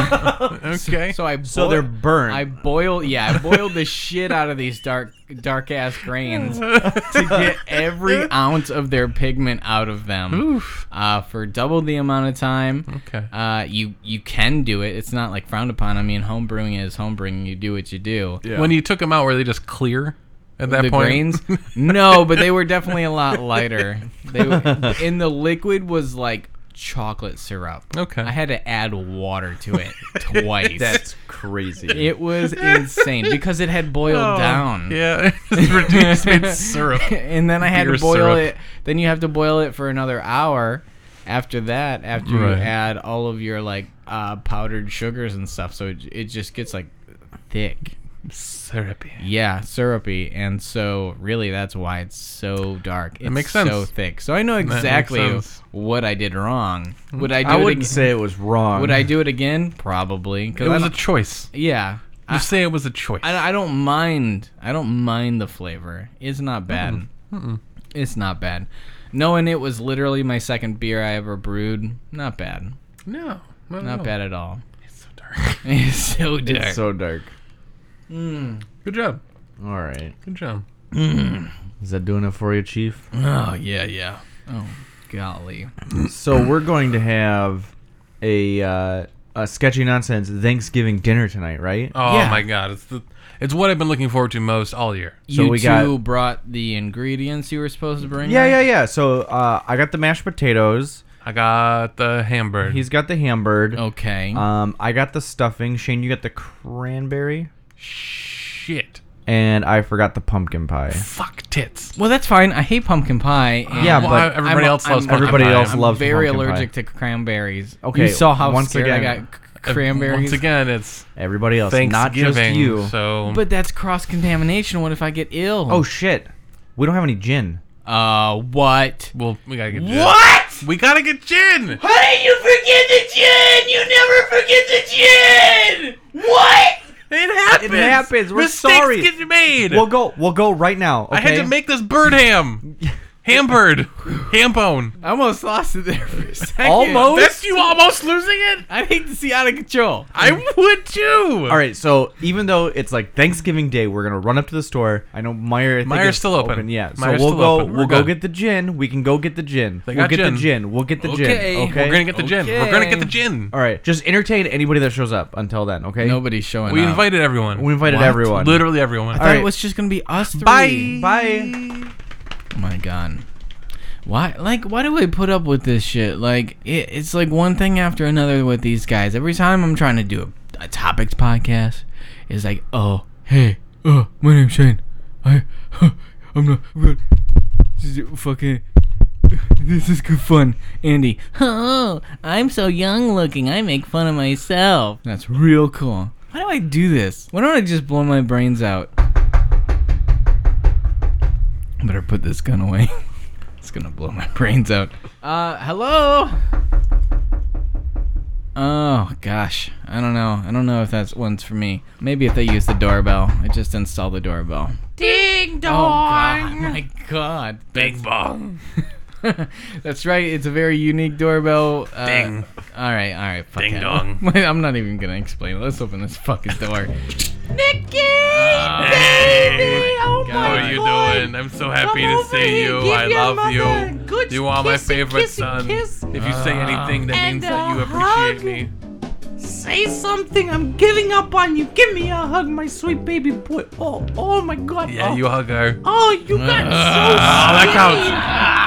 Speaker 3: okay.
Speaker 1: So I boil,
Speaker 2: So they're burnt.
Speaker 1: I boil yeah, I boiled the shit out of these dark dark ass grains to get every ounce of their pigment out of them.
Speaker 3: Oof.
Speaker 1: Uh, for double the amount of time.
Speaker 3: Okay.
Speaker 1: Uh, you you can do it. It's not like frowned upon. I mean, home brewing is home brewing. You do what you do.
Speaker 4: Yeah.
Speaker 3: When you took them out, were they just clear at that
Speaker 1: the
Speaker 3: point?
Speaker 1: grains? no, but they were definitely a lot lighter. They were, and the liquid was like chocolate syrup.
Speaker 3: Okay.
Speaker 1: I had to add water to it twice.
Speaker 2: That's crazy.
Speaker 1: It was insane because it had boiled
Speaker 3: Oh,
Speaker 1: down.
Speaker 3: Yeah. It's reduced in syrup.
Speaker 1: and then I had
Speaker 3: Beer
Speaker 1: to boil
Speaker 3: syrup.
Speaker 1: it. Then you have to boil it for another hour. After that, after you
Speaker 3: Right.
Speaker 1: add all of your like uh, powdered sugars and stuff, so it, it just gets like thick.
Speaker 3: Syrupy.
Speaker 1: Yeah, syrupy, and so really that's why it's so dark. It's
Speaker 3: makes
Speaker 1: So
Speaker 3: sense.
Speaker 1: thick. So I know
Speaker 3: makes
Speaker 1: exactly
Speaker 3: sense. Mm.
Speaker 1: what I did wrong. Would I do
Speaker 2: I
Speaker 1: it
Speaker 2: wouldn't
Speaker 1: again?
Speaker 2: say it was wrong.
Speaker 1: Would I do it again? Probably.
Speaker 3: It was a choice.
Speaker 1: yeah. I-
Speaker 3: Just say it was a choice.
Speaker 1: I, I don't mind. I don't mind the flavor. It's not bad. It's not bad. Knowing it was literally my second beer I ever brewed, not bad.
Speaker 3: no. Not,
Speaker 1: Not bad at all.
Speaker 3: It's so dark.
Speaker 1: It's so dark.
Speaker 2: Oh, It's so dark.
Speaker 3: Good job.
Speaker 2: All right.
Speaker 3: Good job.
Speaker 2: Is that doing it for you, Chief?
Speaker 1: oh yeah, yeah. Oh golly.
Speaker 2: so we're going to have a uh, a sketchy nonsense Thanksgiving dinner tonight, right?
Speaker 3: Oh
Speaker 1: Yeah.
Speaker 3: my god, it's the it's what I've been looking forward to most all year.
Speaker 2: So
Speaker 1: you
Speaker 2: we
Speaker 1: two
Speaker 2: got-
Speaker 1: brought the ingredients you were supposed to bring.
Speaker 2: yeah,
Speaker 1: right?
Speaker 2: yeah, yeah. So uh, I got the mashed potatoes.
Speaker 3: I got the hamburger.
Speaker 2: He's got the hamburger.
Speaker 1: Okay.
Speaker 2: Um, I got the stuffing. Shane, you got the cranberry,
Speaker 3: shit.
Speaker 2: and I forgot the pumpkin pie.
Speaker 3: Fuck tits.
Speaker 1: well, that's fine. I hate pumpkin pie. And
Speaker 2: Yeah,
Speaker 3: Well,
Speaker 2: but
Speaker 3: I- everybody
Speaker 1: I'm-
Speaker 3: else loves
Speaker 1: I'm-
Speaker 3: pumpkin
Speaker 2: everybody
Speaker 3: pie.
Speaker 2: else
Speaker 1: I'm
Speaker 2: loves
Speaker 1: very
Speaker 2: pumpkin pie.
Speaker 1: allergic to cranberries.
Speaker 2: Okay,
Speaker 1: You saw how
Speaker 2: once
Speaker 1: scared I
Speaker 2: again- Uh,
Speaker 1: got c- cranberries.
Speaker 3: Once again, it's
Speaker 2: Everybody else,
Speaker 3: Thanksgiving.
Speaker 2: not just you.
Speaker 3: So
Speaker 1: But that's cross contamination. What if I get ill?
Speaker 2: oh shit, we don't have any gin.
Speaker 1: Uh, what?
Speaker 3: well, we gotta get gin.
Speaker 1: What?
Speaker 3: We gotta get gin.
Speaker 1: Honey, you forget the gin! You never forget the gin! What?
Speaker 3: It happens.
Speaker 2: It happens. We're
Speaker 3: Mistakes
Speaker 2: sorry.
Speaker 3: get made.
Speaker 2: We'll go. We'll go right now. Okay?
Speaker 3: I had to make this bird ham. Hampered. Hampone.
Speaker 1: I almost lost it there for a second.
Speaker 2: Almost?
Speaker 3: That's you almost losing it?
Speaker 1: I hate to see out of control.
Speaker 3: I would too.
Speaker 2: All right, so even though it's like Thanksgiving Day, we're gonna run up to the store. I know Meyer. I think,
Speaker 3: Meyer's
Speaker 2: is
Speaker 3: still open.
Speaker 2: Yeah, so
Speaker 3: Meyer's
Speaker 2: we'll
Speaker 3: still
Speaker 2: go.
Speaker 3: open. We're
Speaker 2: We'll go
Speaker 3: good.
Speaker 2: get the gin. We can go get the gin.
Speaker 3: They
Speaker 2: we'll
Speaker 3: got
Speaker 2: get
Speaker 3: gin.
Speaker 2: the gin. We'll get the
Speaker 1: Okay.
Speaker 2: gin. Okay.
Speaker 3: We're gonna get the gin. We're gonna get the gin.
Speaker 2: All right, just entertain anybody that shows up until then. Okay.
Speaker 1: Nobody's showing
Speaker 3: We
Speaker 1: up.
Speaker 3: invited everyone.
Speaker 2: We invited
Speaker 1: What?
Speaker 2: everyone.
Speaker 3: Literally everyone.
Speaker 1: I thought
Speaker 2: Alright.
Speaker 1: it was just gonna be us
Speaker 2: Bye.
Speaker 1: three.
Speaker 2: Bye.
Speaker 1: Oh my god. Why, like, why do we put up with this shit? Like, it, it's like one thing after another with these guys. Every time I'm trying to do a, a topics podcast, it's like, oh, hey, oh, my name's Shane. I, I'm not good. This is fucking. This is good fun, Andy. Oh, I'm so young looking. I make fun of myself. That's real cool. Why do I do this? Why don't I just blow my brains out? I better put this gun away. it's gonna blow my brains out. Uh, hello. Oh gosh, I don't know. I don't know if that's one's for me. Maybe if they use the doorbell, I just install the doorbell. Ding dong! Oh god, my god,
Speaker 3: Big bong.
Speaker 1: that's right. It's a very unique doorbell. Uh,
Speaker 3: Ding.
Speaker 1: All right, all right. Fuck
Speaker 3: Ding
Speaker 1: it.
Speaker 3: dong.
Speaker 1: I'm not even gonna explain it. Let's open this fucking door.
Speaker 5: Nikki!
Speaker 3: Hey.
Speaker 1: Uh,
Speaker 5: oh
Speaker 1: God.
Speaker 3: How
Speaker 5: my
Speaker 3: are you
Speaker 5: God.
Speaker 3: doing? I'm so happy
Speaker 5: Come
Speaker 3: to
Speaker 5: over
Speaker 3: see
Speaker 5: here,
Speaker 3: you.
Speaker 5: give
Speaker 3: I
Speaker 5: your
Speaker 3: love
Speaker 5: mother a
Speaker 3: you.
Speaker 5: good
Speaker 3: You are my
Speaker 5: kissy,
Speaker 3: favorite
Speaker 5: kissy
Speaker 3: son.
Speaker 5: kiss.
Speaker 3: If you say anything, that
Speaker 5: And
Speaker 3: means that you
Speaker 5: a
Speaker 3: appreciate
Speaker 5: hug.
Speaker 3: me.
Speaker 5: Say something. I'm giving up on you. Give me a hug, my sweet baby boy. Oh, oh my God.
Speaker 3: Yeah,
Speaker 5: oh.
Speaker 3: you hug her.
Speaker 5: Oh, you got so
Speaker 3: Oh, that
Speaker 5: skinny.
Speaker 3: counts.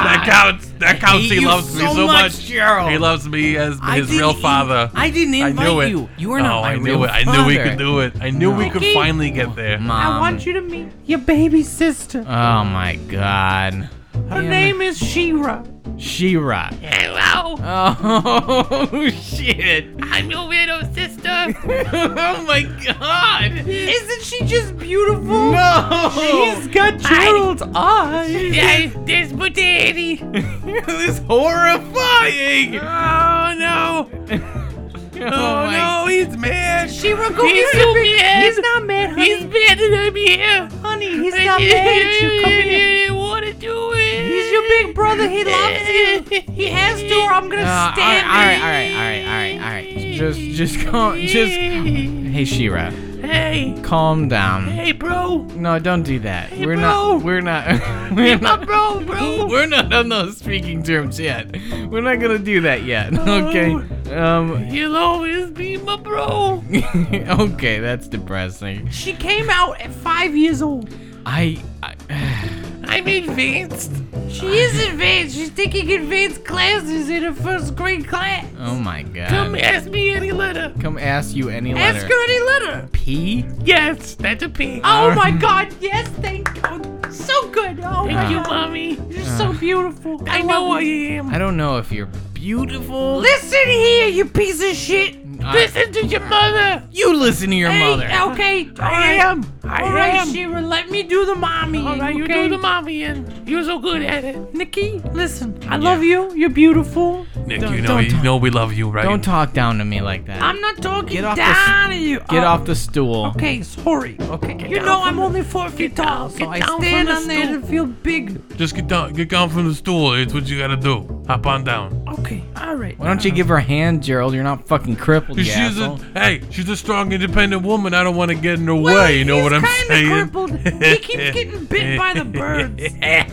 Speaker 3: That counts. That counts. He
Speaker 1: you
Speaker 3: loves me
Speaker 1: so
Speaker 3: so
Speaker 1: much,
Speaker 3: much.
Speaker 1: Gerald.
Speaker 3: He loves me as
Speaker 1: I
Speaker 3: his
Speaker 1: didn't
Speaker 3: real
Speaker 1: e-
Speaker 3: father.
Speaker 1: I didn't
Speaker 3: I
Speaker 1: invite
Speaker 3: knew it.
Speaker 1: you. You were not
Speaker 3: oh,
Speaker 1: my
Speaker 3: I knew
Speaker 1: real
Speaker 3: it. I knew we
Speaker 1: father.
Speaker 3: could do it. I knew we could
Speaker 5: Ricky.
Speaker 3: finally get there.
Speaker 1: Mom.
Speaker 5: I want you to meet your baby sister.
Speaker 1: Oh my god.
Speaker 5: Her name is Shira.
Speaker 1: Shira.
Speaker 5: Hello.
Speaker 1: Oh shit.
Speaker 5: I'm your weirdo sister.
Speaker 1: oh my god.
Speaker 5: Isn't she just beautiful?
Speaker 1: No.
Speaker 5: She's got Gerald's eyes. Yes, there's potato.
Speaker 1: this is horrifying.
Speaker 3: Oh no!
Speaker 1: Oh,
Speaker 3: Oh no! He's mad.
Speaker 5: Shira, go
Speaker 3: He's
Speaker 5: get your
Speaker 3: so
Speaker 5: big-
Speaker 3: mad.
Speaker 5: He's not mad, honey.
Speaker 3: mad that I'm here.
Speaker 5: honey, he's not mad at you. Come here.
Speaker 3: want to do it.
Speaker 5: He's your big brother. He loves you. He has to, or I'm
Speaker 1: Uh,
Speaker 5: gonna
Speaker 1: all right,
Speaker 5: stab
Speaker 1: all right,
Speaker 5: him.
Speaker 1: all right, all right, all right, all right. Just, just calm. Just. Hey, Shira.
Speaker 3: Hey,
Speaker 1: Calm down.
Speaker 3: hey, bro.
Speaker 1: No, don't do that. we're
Speaker 3: bro.
Speaker 1: not. We're not. We're not.
Speaker 3: bro, bro.
Speaker 1: We're not on those speaking terms yet. We're not gonna do that yet. Okay. Um.
Speaker 3: You'll always be my bro.
Speaker 1: okay, that's depressing.
Speaker 5: She came out at five years old.
Speaker 1: I. I
Speaker 3: I'm advanced.
Speaker 5: She is advanced. She's taking advanced classes in her first grade class.
Speaker 1: oh my god.
Speaker 3: Come ask me any letter.
Speaker 1: Come ask you any letter. Uh.
Speaker 5: Ask her any letter.
Speaker 1: P.
Speaker 3: Yes, that's a P.
Speaker 5: Oh my God! Yes, thank you. So good. Oh my
Speaker 3: Thank you,
Speaker 5: God.
Speaker 3: mommy.
Speaker 5: You're
Speaker 1: Uh.
Speaker 5: so beautiful.
Speaker 3: I know I
Speaker 5: love you.
Speaker 3: am.
Speaker 1: I don't know if you're beautiful.
Speaker 5: Listen here, you piece of shit.
Speaker 1: I-
Speaker 3: Listen to your mother.
Speaker 1: you listen to your mother.
Speaker 5: Hey, okay. All
Speaker 3: I
Speaker 5: right.
Speaker 3: am. I
Speaker 5: All right,
Speaker 3: am.
Speaker 5: Shira, let me do the mommy.
Speaker 3: All right, you
Speaker 5: okay?
Speaker 3: do the mommy and you're so good at it.
Speaker 5: Nikki, listen. I love you. You're beautiful.
Speaker 3: Nick,
Speaker 1: Don't- don't talk.
Speaker 3: know we love you, right?
Speaker 1: Don't talk down to me like that.
Speaker 5: I'm not talking
Speaker 1: Get off the s-
Speaker 5: down to you.
Speaker 1: Get
Speaker 5: Oh,
Speaker 1: off the stool.
Speaker 5: Okay, sorry. Okay. you
Speaker 3: down
Speaker 5: know
Speaker 3: from
Speaker 5: I'm only four feet tall, so
Speaker 3: get
Speaker 5: I
Speaker 3: down from
Speaker 5: stand
Speaker 3: the
Speaker 5: on there
Speaker 3: stool.
Speaker 5: to feel big.
Speaker 3: Just get down, get down from the stool. It's what you gotta do. Hop on down.
Speaker 5: Okay. All right.
Speaker 1: Why don't you give her a hand, Gerald? You're not fucking crippled, you
Speaker 3: she's
Speaker 1: asshole.
Speaker 3: a hey, she's a strong, independent woman. I don't want to get in her
Speaker 5: Well,
Speaker 3: way. You know
Speaker 5: he's
Speaker 3: what I'm
Speaker 5: kinda
Speaker 3: saying?
Speaker 5: crippled. He keeps getting bit by the birds.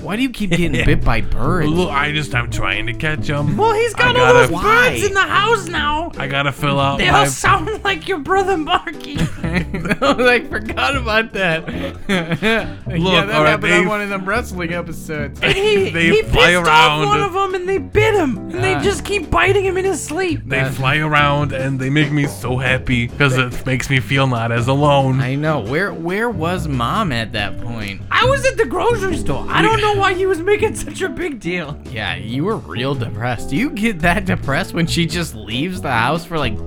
Speaker 1: Why do you keep getting bit by birds?
Speaker 3: Look, I just I'm trying to catch them.
Speaker 5: Well, he's
Speaker 3: I
Speaker 5: got all
Speaker 3: gotta-
Speaker 5: those
Speaker 1: Why?
Speaker 5: birds in the house now.
Speaker 3: I gotta fill out.
Speaker 5: They
Speaker 3: my-
Speaker 5: all sound like your brother Marky.
Speaker 1: I forgot about that. yeah, that
Speaker 3: Look, all right,
Speaker 1: happened
Speaker 3: they-
Speaker 1: on one of them wrestling episodes.
Speaker 5: And he,
Speaker 3: They
Speaker 5: he
Speaker 3: fly
Speaker 5: pissed
Speaker 3: around.
Speaker 5: off one of them and they bit him. And they
Speaker 1: Ah.
Speaker 5: just keep biting him in his sleep.
Speaker 3: they fly around and they make me so happy because it makes me feel not as alone.
Speaker 1: I know. Where where was mom at that point?
Speaker 5: I was at the grocery store. I don't know why he was making such a big deal.
Speaker 1: Yeah, you were real depressed. Do you get that depressed when she just leaves the house for like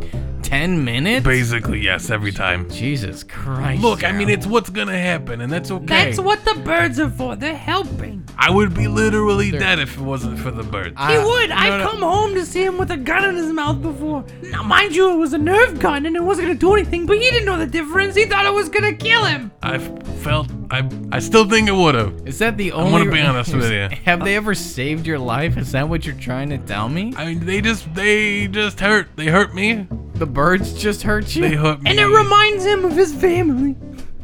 Speaker 1: 10 minutes?
Speaker 3: Basically, yes, every time.
Speaker 1: Jesus Christ.
Speaker 3: Look, I mean,
Speaker 1: Gerald.
Speaker 3: it's what's gonna happen, and that's okay.
Speaker 5: That's what the birds are for. They're helping.
Speaker 3: I would be literally dead if it wasn't for the birds.
Speaker 1: I-
Speaker 5: He
Speaker 1: Uh,
Speaker 5: would. I've
Speaker 1: no.
Speaker 5: come home to see him with a gun in his mouth before. Now, mind you, it was a nerve gun and it wasn't gonna do anything, but he didn't know the difference. He thought it was gonna kill him.
Speaker 3: I felt I I still think it would have.
Speaker 1: Is that the
Speaker 3: I'm
Speaker 1: only?
Speaker 3: gonna be honest with you.
Speaker 1: Have they ever saved your life? Is that what you're trying to tell me?
Speaker 3: I mean, they just they just hurt. They hurt me.
Speaker 1: The birds just hurt you.
Speaker 3: They hurt me.
Speaker 5: And it reminds him of his family.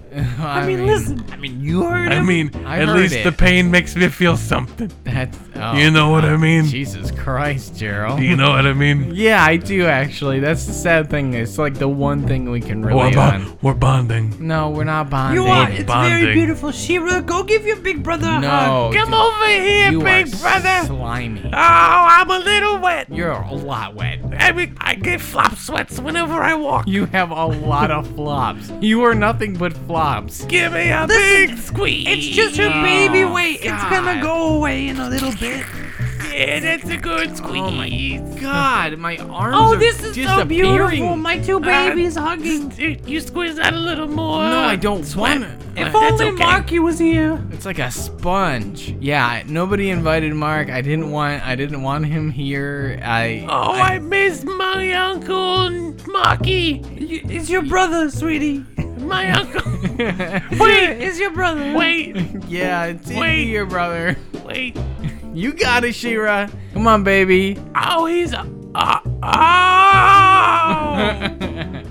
Speaker 1: I,
Speaker 5: I mean, listen. I mean, you heard
Speaker 3: I mean,
Speaker 1: I
Speaker 3: at
Speaker 1: heard
Speaker 3: least
Speaker 1: it.
Speaker 3: the pain makes me feel something.
Speaker 1: That's oh,
Speaker 3: You know what I mean?
Speaker 1: Jesus Christ, Gerald.
Speaker 3: Do you know what I mean?
Speaker 1: yeah, I do actually. That's the sad thing. It's like the one thing we can
Speaker 3: We're,
Speaker 1: relate on.
Speaker 3: bon- we're bonding.
Speaker 1: No, we're not bonding.
Speaker 5: You are.
Speaker 3: Bonding.
Speaker 5: It's
Speaker 3: Bonding.
Speaker 5: very beautiful. Shira, go give your big brother a
Speaker 1: No,
Speaker 5: hug. Come
Speaker 1: dude.
Speaker 5: over here,
Speaker 1: uh, You
Speaker 5: big
Speaker 1: are
Speaker 5: brother.
Speaker 1: Slimy.
Speaker 5: oh, I'm a little wet.
Speaker 1: You're a lot wet.
Speaker 5: I mean, I get flop sweats whenever I walk.
Speaker 1: You have a lot of flops. You are nothing but flops.
Speaker 5: Give me a big squeeze. It's just your baby
Speaker 6: Oh,
Speaker 5: weight. It's gonna go away in a little bit. Yeah, that's a good squeeze.
Speaker 1: Oh my god, my arms
Speaker 5: Oh,
Speaker 1: are
Speaker 5: this is so
Speaker 1: disappearing.
Speaker 5: beautiful. My two
Speaker 1: Ah,
Speaker 5: babies hugging.
Speaker 6: Uh, You squeeze out a little more.
Speaker 1: No, I don't want it.
Speaker 5: If
Speaker 6: that's
Speaker 5: only
Speaker 6: okay.
Speaker 5: Marky was here.
Speaker 1: It's like a sponge. Yeah, I- nobody invited Mark. I didn't want. I didn't want him here. I.
Speaker 6: Oh, I, miss my uncle Marky.
Speaker 5: Y- It's your brother, sweetie.
Speaker 6: My uncle.
Speaker 1: Oh.
Speaker 5: Wait, it's your brother.
Speaker 6: Wait,
Speaker 1: yeah, it's in
Speaker 6: Wait.
Speaker 1: here, brother.
Speaker 6: wait.
Speaker 1: You got it, Shira. Come on, baby.
Speaker 6: Oh, he's a. Uh, oh,